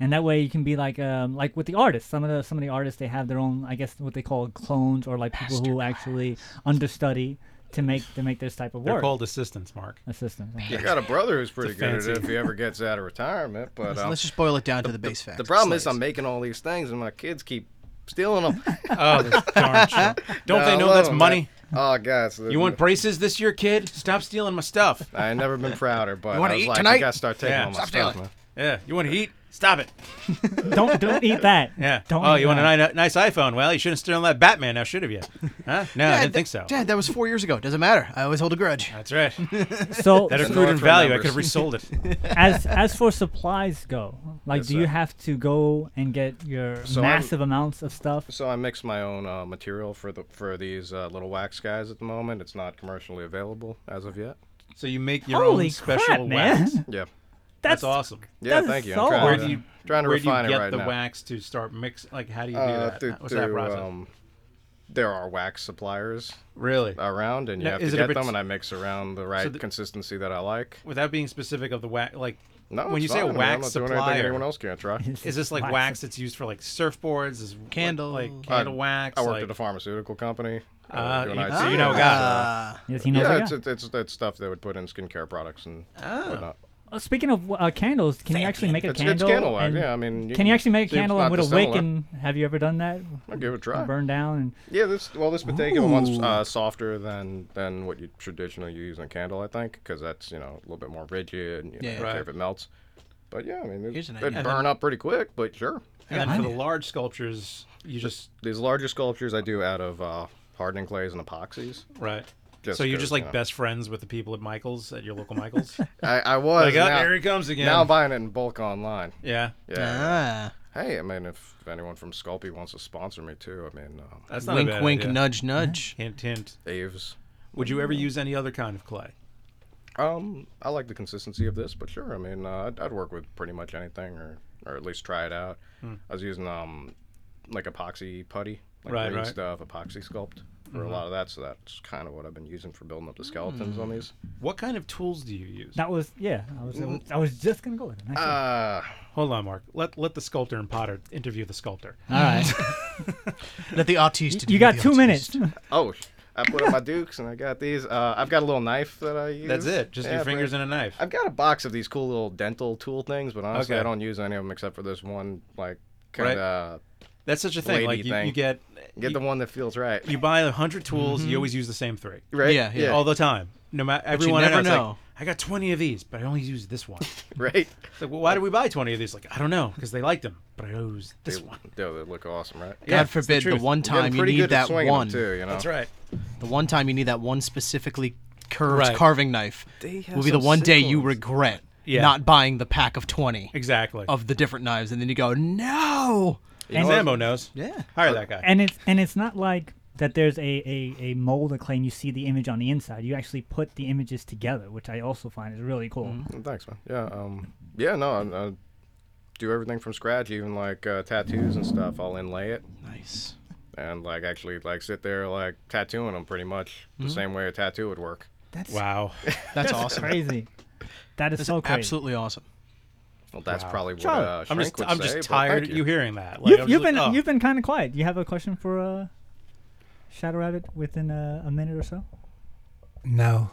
and that way you can be like um, like with the artists. Some of the some of the artists they have their own, I guess, what they call clones or like people who actually understudy to make to make this type of
They're
work.
called assistants, Mark.
Assistants.
um, I got a brother who's pretty
It's a
good at it
fancy-
if he ever gets out of retirement. But
Let's-
um,
let's just boil it down to the base
the,
facts.
The problem
It's
is I'm making all these things and my kids keep stealing them.
Oh, this darn show. Don't they
I
know
love
that's
'em,
money?
Man. Oh, guys, the-
You want braces this year, kid? Stop stealing my stuff.
I ain't never been prouder, but
wanna
I was like, you gotta start taking
yeah.
all my stuff, man.
Yeah, you want to eat? Stop it.
don't don't eat that.
Yeah.
Don't
oh,
eat
you want
that.
a ni- nice iPhone? Well, you shouldn't have stolen that Batman now, should have you? Huh? No, I
Dad,
didn't think so.
th- Dad, that was four years ago. Doesn't matter. I always hold a grudge.
That's right.
So-
that
The
accrued in
North
value. I
remembers.
could have resold it.
as as for supplies go, like,
Yes,
do you
sir.
have to go and get your
So I'm-
massive amounts of stuff?
So I mix my own uh, material for the for these uh, little wax guys at the moment. It's not commercially available as of yet.
So you make your
Holy
own special
crap, man.
wax.
Yeah.
That's-
That's, awesome.
Yeah, that thank is you. I'm so trying
where
to-
do you
trying to
where do you
refine it
get
right
the
now.
wax to start mix? Like, how do you do
Uh,
that?
through-
What's that
through,
process?
um, there are wax suppliers
really
around, and you
Now,
have
is
to
it a
get them.
partic-
And I mix around the right
the-
consistency that I like.
Without being specific of the wax, like
No,
when
it's
you say
fine, man. I'm
wax
not doing anything
supplier,
anyone else can't try.
Is this like
Wax.
wax, that's used for like surfboards? Is what-
Candle.
like
I-
candle wax?
I worked
like-
at a pharmaceutical company.
Ah,
doing
you-
IT,
so you know a guy. Oh.
so-
Yes, he knows a
yeah,
guy.
it's, it's, it's that stuff they would put in skincare products and whatnot.
Uh, speaking of uh, candles, can you actually make a
It's-
candle?
it's candle wax,
and-
yeah, I mean, you
can you
can-
actually make a
seems
candle and
not
with a wick?
dissimilar.
And have you ever done that?
I'll give it a try.
Burn down and
Yeah, this well, this particular one's
Ooh.
uh, softer than than what you traditionally use in a candle, I think, because that's you know a little bit more rigid and you know,
Yeah.
you care
Right.
if it melts. But yeah, I mean,
Here's
it,
an
would
idea.
burn up pretty quick, but sure.
And then for the large sculptures, you just
These larger sculptures I do out of uh, hardening clays and epoxies.
right. so you're
'cause,
just like
you know.
best friends with the people at Michaels at your local Michaels.
I, I was.
Like, oh,
now-
here he comes again.
Now I'm buying it in bulk online.
Yeah.
Yeah.
Ah.
Hey, I mean, if anyone from Sculpey wants to sponsor me too, I mean, um,
That's not
Wink,
a bad
wink,
idea.
nudge, nudge.
Hint, hint.
Aves.
Would you ever use any other kind of clay?
Um, I like the consistency of this, but sure. I mean, uh, I'd, I'd work with pretty much anything, or or at least try it out.
Hmm.
I was using um, like epoxy putty, like
Right,
green
right.
stuff, epoxy sculpt for a
Mhm.
lot of that. So that's kind of what I've been using for building up the skeletons
Hmm.
on these.
What kind of tools do you use?
that was yeah. I was I was- I was just gonna go with it. Nice one.
Mm. Uh,
Hold on, Mark. Let let the sculptor and potter interview the sculptor.
All right.
Let the artiste.
You got two minutes.
Oh, sh- I put up my dukes and I got these. Uh, I've got a little knife that I use.
That's it, just your fingers
but
and a knife.
I've got a box of these cool little dental tool things, but honestly,
Okay.
I don't use any of them except for this one, like
Right.
kind of.
That's such a thing, like, you- you get- you-
get the one that feels right.
You buy a hundred tools. You always use the same three.
Right? Yeah, yeah.
All the time. no matter
Mm-hmm. But you
everyone I
never
know, it's like,
know.
I got 20 of these, but I only used this one.
right.
It's like, well, why did we buy 20 of these? Like, I don't know, because they liked them, but I used this
They-
one.
They, they look awesome, right?
Yeah,
God forbid the, one time you need that one. The one time you need that one specifically curved
Right.
carving knife
They have
will be the
some
one day
sick
you
ones.
regret
Yeah.
not buying the pack of twenty
Exactly.
of the different knives, and then you go, no.
And Zambo knows. Yeah. Hire that guy.
And it's and it's not like that. There's a, a, a mold or clay, and you see the image on the inside. You actually put the images together, which I also find is really cool.
Mm.
Thanks, man. Yeah. Um. Yeah. No. I, I do everything from scratch, even like uh, tattoos and stuff. I'll inlay it.
Nice.
And like actually like sit there like tattooing them pretty much
Mhm.
Mm-hmm.
the same way a tattoo would work.
That's-
wow.
That's awesome.
Crazy. That is
That's
so crazy.
absolutely awesome.
Well, that's
Wow.
probably what
Charlie,
uh,
I'm
Shrink
just,
would
I'm
say,
just
but
tired
thank
of you hearing that. Like,
you've,
I'm just
you've
like,
been
oh.
you've been kind of quiet. You have a question for uh, Shadow Rabbit within a, a minute or so.
No.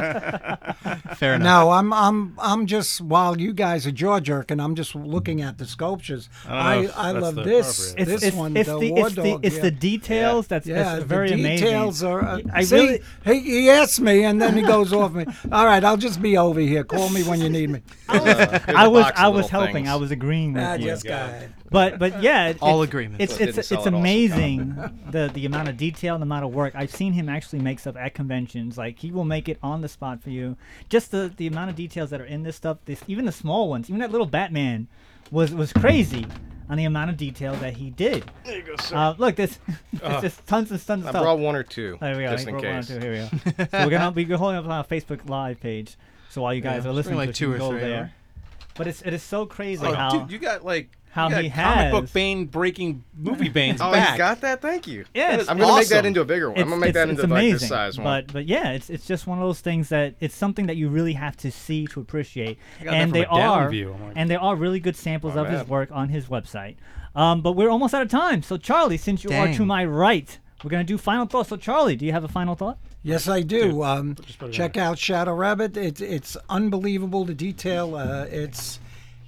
Fair enough.
No, I'm I'm I'm just while you guys are jaw jerking, I'm just looking at the sculptures.
I
I
don't know if
I,
that's
love
the
this
appropriate-
this
It's-
one.
it's
the,
the-
war
it's the-
dog,
it's
yeah.
the details that's-
yeah,
that's
the
very amazing.
details Are, uh,
I
see,
really-
he, he asked me and then he goes off me. All right, I'll just be over here. Call me when you need me.
uh,
I was I was helping. I was agreeing with
Ah,
you.
just got it.
But but yeah, it-
All
it's-
agreements.
It's
Didn't
it's
sell
it's
it awesome.
amazing the the amount of detail and the amount of work. I've seen him actually make stuff at conventions. Like he will make it on the spot for you. Just the the amount of details that are in this stuff. This even the small ones. Even that little Batman was was crazy. On the amount of detail that he did. There you go,
sir.
Uh, look, this,
Ah.
Uh,
it's just tons and tons of
I
stuff.
brought one or two,
There we go.
just
I
in
brought one or
case.
two. Here we go. so we're gonna be holding up on our Facebook Live page. So while you guys
Yeah,
are
it's been
listening,
like
to it, you
two
can
or
go
three
there.
hour.
But it's it is so crazy
Oh,
how
dude, you got like
how
you got
he
comic
has
book Bane breaking movie Bane's
Oh,
back.
you got that? Thank you.
Yeah, it's
I'm gonna make that
awesome.
into a bigger one.
It's-
I'm gonna make
it's-
that
it's
into like
amazing,
this size one.
But but yeah, it's it's just one of those things that it's something that you really have to see to appreciate.
I got that
And
from
they
a down
are
view. I'm like-
and there are really good samples
My
of his
bad.
work on his website. Um, but we're almost out of time. So Charlie, since you are
Dang.
to my right, we're gonna do final thoughts. So Charlie, do you have a final thought?
Yes, I do. Um,
put it
check out Shadow Rabbit. It's it's unbelievable the detail. Uh, it's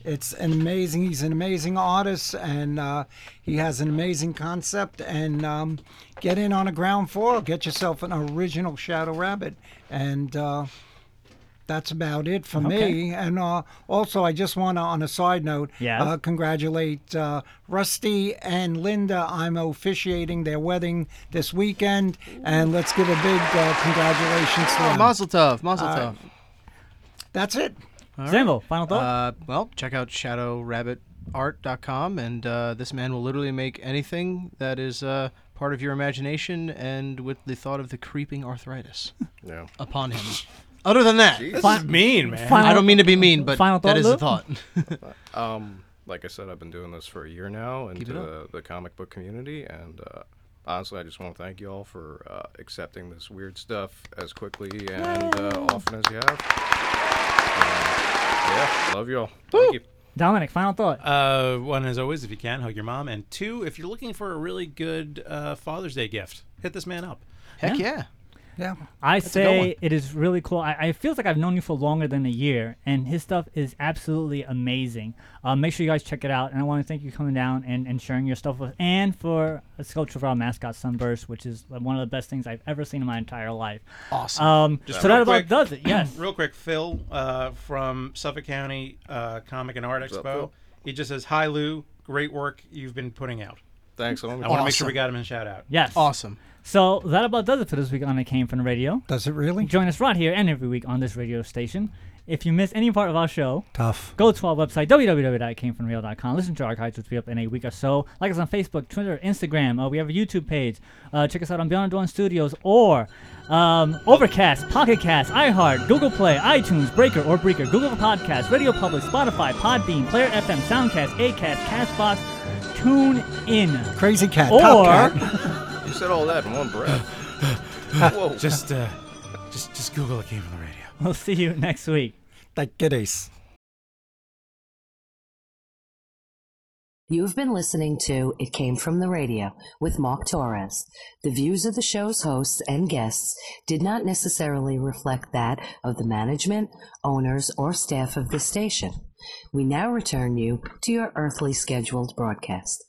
it's an amazing. He's an amazing artist, and uh, he has an amazing concept. And um, get in on a ground floor. Get yourself an original Shadow Rabbit, and. Uh, that's about it for
Okay.
me. And uh, also, I just want to, on a side note,
Yeah.
uh, congratulate uh, Rusty and Linda. I'm officiating their wedding this weekend, and let's give a big uh, congratulations to
Oh,
them.
Mazel Tov, Mazel
All
Tov.
right. That's it.
Zambo, final thought.
Uh, well, check out shadowrabbitart.com, and uh, this man will literally make anything that is uh, part of your imagination and with the thought of the creeping arthritis
Yeah.
upon him. Other than that,
Jeez. This is mean, man.
I don't mean to be mean, but that is the thought.
um, like I said, I've been doing this for a year now
Keep
into
it
the, the comic book community, and uh, honestly, I just want to thank you all for uh, accepting this weird stuff as quickly and uh, often as you have. Uh, yeah, love you all. Thank you.
Dominic, final thought.
Uh, one, as always, if you can, hug your mom. And two, if you're looking for a really good uh, Father's Day gift, hit this man up.
Heck yeah.
Yeah.
I
That's a good one.
say it is really cool. I, I feels like I've known you for longer than a year, and his stuff is absolutely amazing. Uh, make sure you guys check it out, and I want to thank you for coming down and, and sharing your stuff with, and for a sculpture for our mascot Sunburst, which is like, one of the best things I've ever seen in my entire life.
Awesome.
Um, so that
Uh, real
about
quick-
does it. Yes.
Real quick, Phil uh, from Suffolk County uh, Comic and Art
What's up,
Expo.
Phil?
he just says, "Hi, Lou. Great work you've been putting out."
Thanks.
I
Owen.
want to make sure we got him in a shout out.
Yes.
Awesome.
So that about does it for this week on It Came From the Radio.
Does it really?
Join us right here and every week on this radio station. If you miss any part of our show,
Tough.
go to our website, www.itcamefromreal.com. Listen to our archives, which will be up in a week or so. Like us on Facebook, Twitter, Instagram. Uh, we have a YouTube page. Uh, check us out on Beyond Dawn Studios or um, Overcast, Pocket Cast, iHeart, Google Play, iTunes, Breaker or Breaker, Google Podcasts, Radio Public, Spotify, Podbean, Player FM, Soundcast, Acast, Castbox, Tune In.
Crazy Cat,
Or
Top Cat.
You said all that in one breath. Whoa.
Just, uh, just, just Google it came from the radio.
we'll see you next week.
Like Giddies.
You've been listening to It Came From the Radio with Mark Torres. The views of the show's hosts and guests did not necessarily reflect that of the management, owners, or staff of the station. We now return you to your earthly scheduled broadcast.